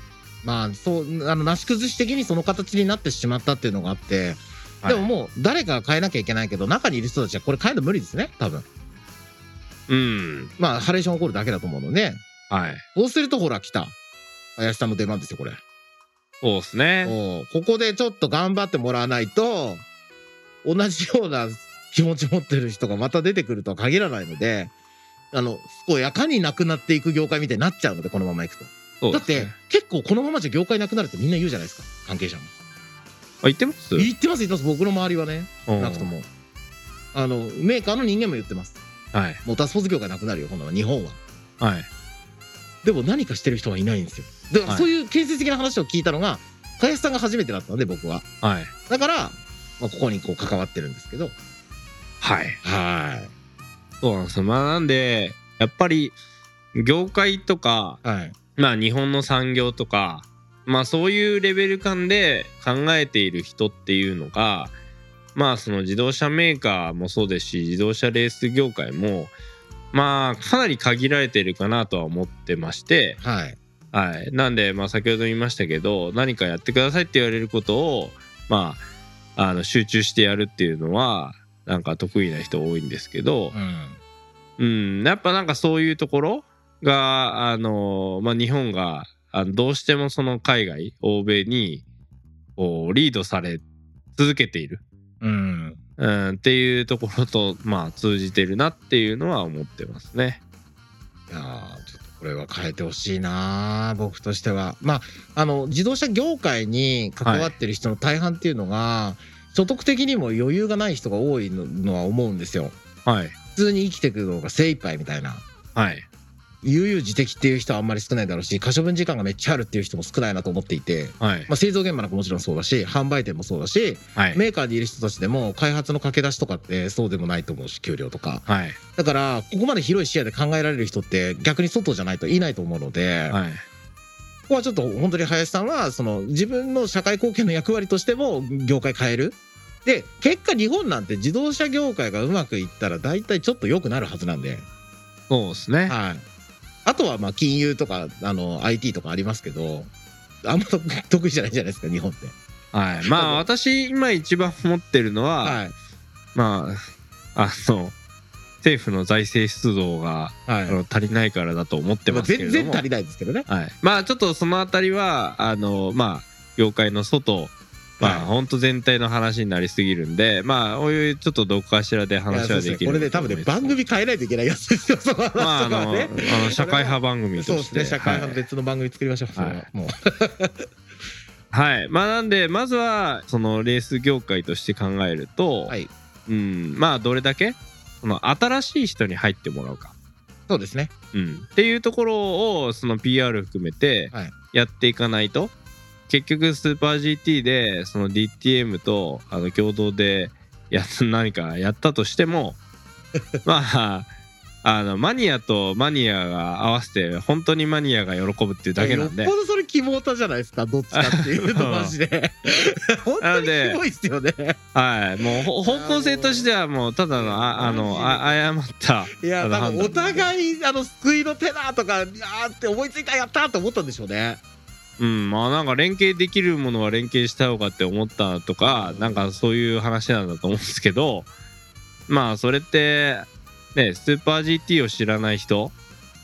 [SPEAKER 2] まあそうあのなし崩し的にその形になってしまったっていうのがあって、
[SPEAKER 1] はい
[SPEAKER 2] でももう誰かが変えなきゃいけないけど中にいる人たちはこれ変えるの無理ですね多分
[SPEAKER 1] うん
[SPEAKER 2] まあハレーション起こるだけだと思うので
[SPEAKER 1] はい、
[SPEAKER 2] そうするとほら来た林さんの出番ですよこれ
[SPEAKER 1] そうですね。
[SPEAKER 2] おうここでちょっと頑張ってもらわないと同じような気持ち持ってる人がまた出てくるとは限らないのであの健やかになくなっていく業界みたいになっちゃうのでこのままいくと、
[SPEAKER 1] そう
[SPEAKER 2] だ
[SPEAKER 1] で
[SPEAKER 2] っ
[SPEAKER 1] すね
[SPEAKER 2] て結構このままじゃ業界なくなるってみんな言うじゃないですか関係者も
[SPEAKER 1] あ言ってます
[SPEAKER 2] 言ってます言ってます僕の周りはね
[SPEAKER 1] うん
[SPEAKER 2] なくともあのメーカーの人間も言ってます
[SPEAKER 1] はい
[SPEAKER 2] モータースポーツ業界なくなるよこんなの日本は
[SPEAKER 1] はい
[SPEAKER 2] でも何かしてる人はいないんですよだから
[SPEAKER 1] はい
[SPEAKER 2] そういう建設的な話を聞いたのが林さんが初めてだったので僕は
[SPEAKER 1] はい
[SPEAKER 2] だから、まあ、ここにこう関わってるんですけど
[SPEAKER 1] はい
[SPEAKER 2] は
[SPEAKER 1] そうなんですよまあなんでやっぱり業界とか
[SPEAKER 2] いはい
[SPEAKER 1] まあ日本の産業とかまあそういうレベル感で考えている人っていうのがまあその自動車メーカーもそうですし自動車レース業界もまあかなり限られているかなとは思ってまして
[SPEAKER 2] はい
[SPEAKER 1] はい、なんで、まあ、先ほど言いましたけど何かやってくださいって言われることを、まあ、あの集中してやるっていうのはなんか得意な人多いんですけど
[SPEAKER 2] う、ん
[SPEAKER 1] うん、やっぱなんかそういうところがあの、まあ、日本があのどうしてもその海外欧米にこうリードされ続けている、
[SPEAKER 2] うん
[SPEAKER 1] うん、っていうところと、まあ、通じてるなっていうのは思ってますね。
[SPEAKER 2] いやーちょっとこれは変えてほしいなー僕としてはまああの自動車業界に関わってる人の大半っていうのが、所得的にも余裕がない人が多いののは思うんですよ
[SPEAKER 1] はい、
[SPEAKER 2] 普通に生きていくのが精一杯みたいな
[SPEAKER 1] はい、
[SPEAKER 2] 悠々自適っていう人はあんまり少ないだろうし可処分時間がめっちゃあるっていう人も少ないなと思っていて、
[SPEAKER 1] はい、
[SPEAKER 2] まあ、製造現場なんかもちろんそうだし販売店もそうだし
[SPEAKER 1] はい、
[SPEAKER 2] メーカーにいる人たちでも開発の駆け出しとかってそうでもないと思うし給料とか
[SPEAKER 1] はい、
[SPEAKER 2] だからここまで広い視野で考えられる人って逆に外じゃないといないと思うので、
[SPEAKER 1] はい、
[SPEAKER 2] ここはちょっと本当に林さんはその自分の社会貢献の役割としても業界変えるで結果日本なんて自動車業界がうまくいったら大体ちょっと良くなるはずなんで。
[SPEAKER 1] そうですね。
[SPEAKER 2] はい、あとはまあ金融とかあの IT とかありますけどあんま得得意じゃないじゃないですか日本って。
[SPEAKER 1] はい、まあ私今一番思ってるのは、
[SPEAKER 2] はい、
[SPEAKER 1] まああの政府の財政出動が、
[SPEAKER 2] はい
[SPEAKER 1] あの足りないからだと思って
[SPEAKER 2] まあ
[SPEAKER 1] ますけれど
[SPEAKER 2] 全
[SPEAKER 1] も
[SPEAKER 2] 然足りないですけどね
[SPEAKER 1] はい、まあちょっとそのあたりはあのまあ業界の外まあ、
[SPEAKER 2] はい
[SPEAKER 1] 本当全体の話になりすぎるんでまあおいおいちょっとどこかしらで
[SPEAKER 2] いや
[SPEAKER 1] 話
[SPEAKER 2] そう
[SPEAKER 1] は
[SPEAKER 2] です
[SPEAKER 1] で
[SPEAKER 2] ね
[SPEAKER 1] きる
[SPEAKER 2] これね多分ね番組変えないといけないやつですよその話とか
[SPEAKER 1] まああ
[SPEAKER 2] は
[SPEAKER 1] の
[SPEAKER 2] ね
[SPEAKER 1] あの社会派番組
[SPEAKER 2] そう
[SPEAKER 1] と
[SPEAKER 2] で
[SPEAKER 1] し
[SPEAKER 2] す
[SPEAKER 1] て
[SPEAKER 2] ね社会派
[SPEAKER 1] は
[SPEAKER 2] の
[SPEAKER 1] い
[SPEAKER 2] 別の番組作りましょうそれは
[SPEAKER 1] はい
[SPEAKER 2] もう
[SPEAKER 1] はいまあなんでまずはそのレース業界として考えると、
[SPEAKER 2] はい
[SPEAKER 1] うん、まあどれだけその新しい人に入ってもらうか、
[SPEAKER 2] そうですね
[SPEAKER 1] うん、っていうところをその PR 含めて
[SPEAKER 2] はい
[SPEAKER 1] やっていかないと、結局スーパー GT でその DTM とあの共同でやっ何かやったとしてもまああのマニアとマニアが合わせて本当にマニアが喜ぶっていうだけなんで
[SPEAKER 2] よっぽどそれ肝タじゃないですかどっちかっていうとマジで 本当にキモいっすよね
[SPEAKER 1] はい、もうほ方向性としてはもうただのああのあ誤った
[SPEAKER 2] いや
[SPEAKER 1] あの
[SPEAKER 2] 多分お
[SPEAKER 1] 判断なんで
[SPEAKER 2] 互いあの救いの手だとかあーって思いついたやったと思ったんでしょうね
[SPEAKER 1] うん、まあなんか連携できるものは連携した方がって思ったとか、
[SPEAKER 2] うん
[SPEAKER 1] なんかそういう話なんだと思うんですけど、まあそれって、ね、スーパー GT を知らない人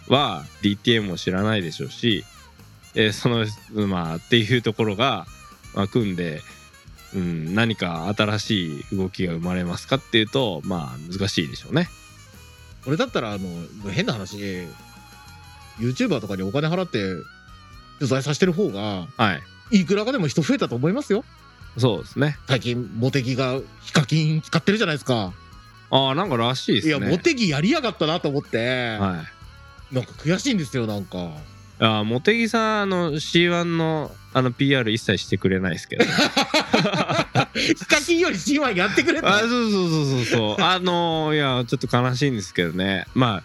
[SPEAKER 1] は DTM を知らないでしょうし、えーその、まあっていうところが、まあ、組んで、うん、何か新しい動きが生まれますかっていうと、まあ難しいでしょうね。
[SPEAKER 2] 俺だったらあの変な話 YouTuber とかにお金払って取材させてる方が
[SPEAKER 1] はい。
[SPEAKER 2] いくらかでも人増えたと思いますよ
[SPEAKER 1] そうですね。
[SPEAKER 2] 最近モテギがヒカキン使ってるじゃないですか
[SPEAKER 1] ああ、なんからしいです
[SPEAKER 2] い
[SPEAKER 1] ね。
[SPEAKER 2] やモテギやりやがったなと思って、
[SPEAKER 1] はい。
[SPEAKER 2] なんか悔しいんですよなんか
[SPEAKER 1] ああ茂木さんあの C1 のあの PR 一切してくれないですけど
[SPEAKER 2] ヒカキンより C1 やってく れ
[SPEAKER 1] あ
[SPEAKER 2] た
[SPEAKER 1] そうそうそうそうそうあのーいやちょっと悲しいんですけどねま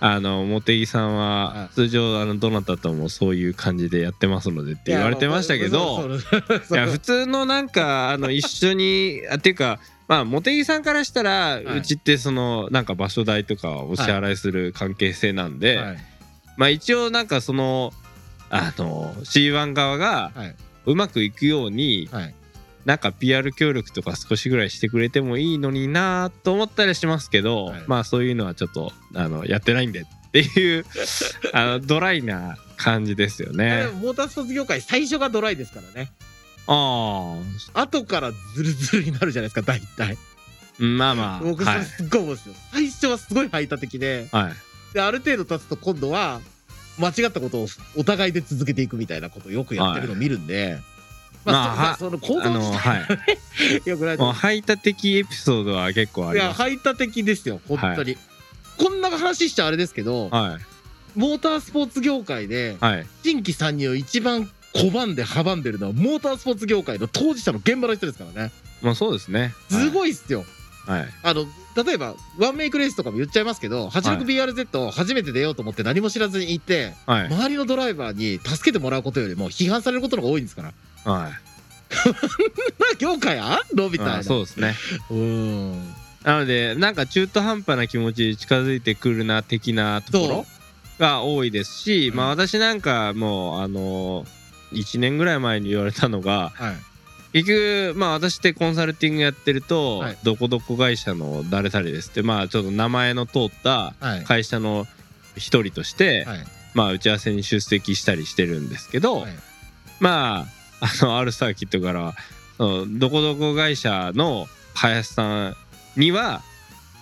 [SPEAKER 1] ああの茂木さん
[SPEAKER 2] は
[SPEAKER 1] はい通常あのどなたともそういう感じでやってますのでって言われてましたけど
[SPEAKER 2] いやそうそう
[SPEAKER 1] い
[SPEAKER 2] そう
[SPEAKER 1] や普通のなんか あの一緒にあっていうかまあ茂木さんからしたら
[SPEAKER 2] いう
[SPEAKER 1] ちってそのなんか場所代とかをお支払いする関係性なんで、
[SPEAKER 2] はい
[SPEAKER 1] まあ一応なんかそのあの C1 側が
[SPEAKER 2] はい、
[SPEAKER 1] うまくいくように
[SPEAKER 2] はい、
[SPEAKER 1] なんか PR 協力とか少しぐらいしてくれてもいいのになと思ったりしますけど、
[SPEAKER 2] はい
[SPEAKER 1] まあそういうのはちょっとあのやってないんでっていう あのドライな感じですよ
[SPEAKER 2] で
[SPEAKER 1] ね
[SPEAKER 2] も。モータースポーツ業界最初がドライですからね
[SPEAKER 1] あ
[SPEAKER 2] 後からズルズルになるじゃないですか大体
[SPEAKER 1] あまあまあ
[SPEAKER 2] 僕そ
[SPEAKER 1] は
[SPEAKER 2] れすっごい思うんですよ、最初はすごい排他的で
[SPEAKER 1] い、はい、
[SPEAKER 2] である程度経つと今度は間違ったことをお互いで続けていくみたいなことをよくやってるのを見るんで、まあ、
[SPEAKER 1] まあ
[SPEAKER 2] そまあその行
[SPEAKER 1] あ
[SPEAKER 2] 動
[SPEAKER 1] の
[SPEAKER 2] 自
[SPEAKER 1] はい
[SPEAKER 2] 体よく ないと
[SPEAKER 1] もう
[SPEAKER 2] 思
[SPEAKER 1] 排他的エピソードは結構あ
[SPEAKER 2] うい
[SPEAKER 1] り
[SPEAKER 2] や
[SPEAKER 1] ます。
[SPEAKER 2] 排他的ですよ本当に、こんな話しちゃあれですけど
[SPEAKER 1] はい
[SPEAKER 2] モータースポーツ業界で
[SPEAKER 1] はい
[SPEAKER 2] 新規参入を一番拒んで阻んでるのはモータースポーツ業界の当事者の現場の人ですからね
[SPEAKER 1] まあそうですね。
[SPEAKER 2] すごいっすよ、
[SPEAKER 1] はい、はい
[SPEAKER 2] あの例えばワンメイクレースとかも言っちゃいますけど 86BRZ 初めて出ようと思って何も知らずに行って
[SPEAKER 1] はい
[SPEAKER 2] 周りのドライバーに助けてもらうことよりも批判されることの方が多いんですから な
[SPEAKER 1] はい
[SPEAKER 2] 業界あんのみたい
[SPEAKER 1] ま
[SPEAKER 2] な
[SPEAKER 1] あそうですね。
[SPEAKER 2] うーん
[SPEAKER 1] なのでなんか中途半端な気持ちで近づいてくるな的なとこ
[SPEAKER 2] そ
[SPEAKER 1] ろが多いですし、
[SPEAKER 2] うん
[SPEAKER 1] まあ私なんかもうあの1年ぐらい前に言われたのが
[SPEAKER 2] うはい
[SPEAKER 1] 結局まあ私ってコンサルティングやってると、
[SPEAKER 2] はい
[SPEAKER 1] どこどこ会社の誰々ですってまあちょっと名前の通った
[SPEAKER 2] はい
[SPEAKER 1] 会社の一人として、
[SPEAKER 2] はい
[SPEAKER 1] まあ打ち合わせに出席したりしてるんですけど、
[SPEAKER 2] はい
[SPEAKER 1] まああのあるサーキットからはそのどこどこ会社の林さんには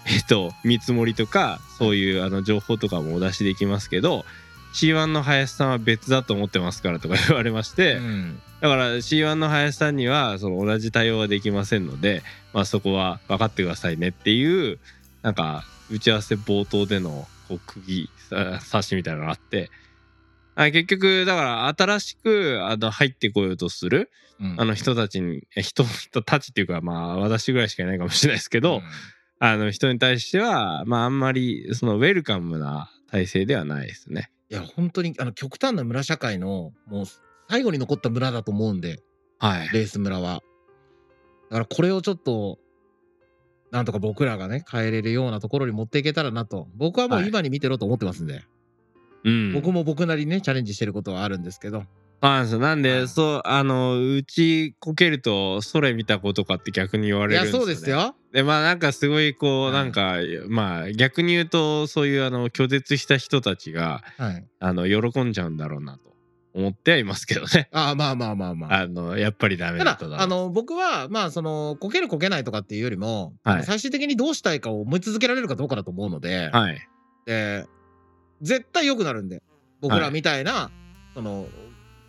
[SPEAKER 1] えっと見積もりとかそういうあの情報とかもお出しできますけど C1 の林さんは別だと思ってますからとか言われまして、
[SPEAKER 2] うん
[SPEAKER 1] だから C1 の林さんにはその同じ対応はできませんので、まあ、そこは分かってくださいねっていうなんか打ち合わせ冒頭でのこう釘さ刺しみたいなのがあってあ結局だから新しくあの入ってこようとする
[SPEAKER 2] うん
[SPEAKER 1] あの人たちにえ人人たちっていうかまあ私ぐらいしかいないかもしれないですけど、
[SPEAKER 2] うん
[SPEAKER 1] あの人に対してはまああんまりそのウェルカムな体制ではないですね。
[SPEAKER 2] いや本当にあの極端な村社会のもう最後に残った村だと思うんで
[SPEAKER 1] はい、
[SPEAKER 2] レース村はだからこれをちょっとなんとか僕らがね変えれるようなところに持っていけたらなと僕はもう今に見てろと思ってますんで、
[SPEAKER 1] うん
[SPEAKER 2] 僕も僕なりにねチャレンジしてることはあるんですけど
[SPEAKER 1] あそうなん
[SPEAKER 2] は
[SPEAKER 1] で、
[SPEAKER 2] い
[SPEAKER 1] そう、あの、うちこけると、それ見たことかって逆に言わ
[SPEAKER 2] い
[SPEAKER 1] れるん
[SPEAKER 2] や
[SPEAKER 1] ですよ、
[SPEAKER 2] そう
[SPEAKER 1] ね。
[SPEAKER 2] です。よ
[SPEAKER 1] で、まあなんかすごい、こ
[SPEAKER 2] は
[SPEAKER 1] う、
[SPEAKER 2] い
[SPEAKER 1] なんか、まあ逆に言うと、そういうあの、拒絶した人たちが、
[SPEAKER 2] はい
[SPEAKER 1] あの、喜んじゃうんだろうなと思ってはいますけどね。
[SPEAKER 2] ああまあまあまあまあ
[SPEAKER 1] あの、やっぱりダメ
[SPEAKER 2] た
[SPEAKER 1] だっ
[SPEAKER 2] だ
[SPEAKER 1] ただ、
[SPEAKER 2] あ、の、僕は、まあ、その、こけるこけないとかっていうよりも、
[SPEAKER 1] はい
[SPEAKER 2] 最終的にどうしたいかを思い続けられるかどうかだと思うので、
[SPEAKER 1] はい。
[SPEAKER 2] で絶対良くなるんで、僕らみたいな、その、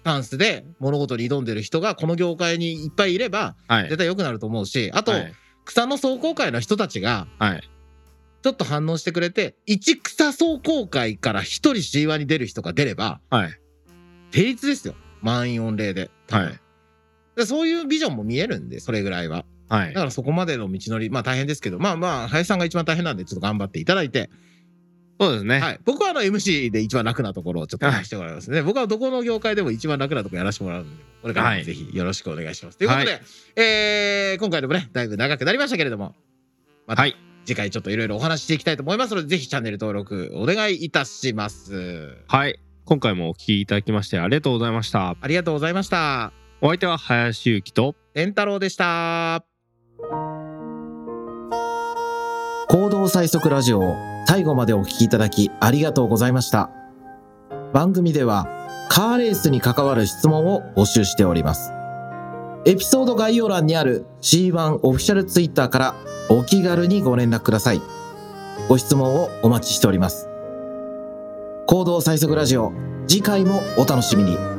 [SPEAKER 2] チャンスで物事に挑んでる人がこの業界にいっぱいいれば、
[SPEAKER 1] はい。
[SPEAKER 2] 絶対良くなると思うし、あと、
[SPEAKER 1] はい。
[SPEAKER 2] 草の壮行会の人たちが、
[SPEAKER 1] はい
[SPEAKER 2] ちょっと反応してくれて、一草壮行会から一人 C1 に出る人が出れば、
[SPEAKER 1] はい。
[SPEAKER 2] 定率ですよ。満員御礼で。多分
[SPEAKER 1] はい
[SPEAKER 2] でそういうビジョンも見えるんで、それぐらいは。
[SPEAKER 1] はい
[SPEAKER 2] だ。からそこまでの道のり、まあ大変ですけど、まあまあ、林さんが一番大変なんで、ちょっと頑張っていただいて、
[SPEAKER 1] そうですね。
[SPEAKER 2] はい、僕はあの MC で一番楽なところをちょっと話してもらいますね。僕はどこの業界でも一番楽なところやらせてもらうんで、これからもぜひよろしくお願いします。ということで、
[SPEAKER 1] は
[SPEAKER 2] えー今回でもね、だいぶ長くなりましたけれども、また
[SPEAKER 1] はい
[SPEAKER 2] 次回ちょっといろいろお話ししていきたいと思いますので、ぜひチャンネル登録お願いいたします。
[SPEAKER 1] はい。今回もお聞きいただきましてありがとうございました。
[SPEAKER 2] ありがとうございました。
[SPEAKER 1] お相手は林ゆきと、
[SPEAKER 2] 円太郎でした。
[SPEAKER 3] 行動最速ラジオを最後までお聞きいただきありがとうございました。番組ではカーレースに関わる質問を募集しております。エピソード概要欄にある C1 オフィシャルツイッターからお気軽にご連絡ください。ご質問をお待ちしております。行動最速ラジオ、次回もお楽しみに。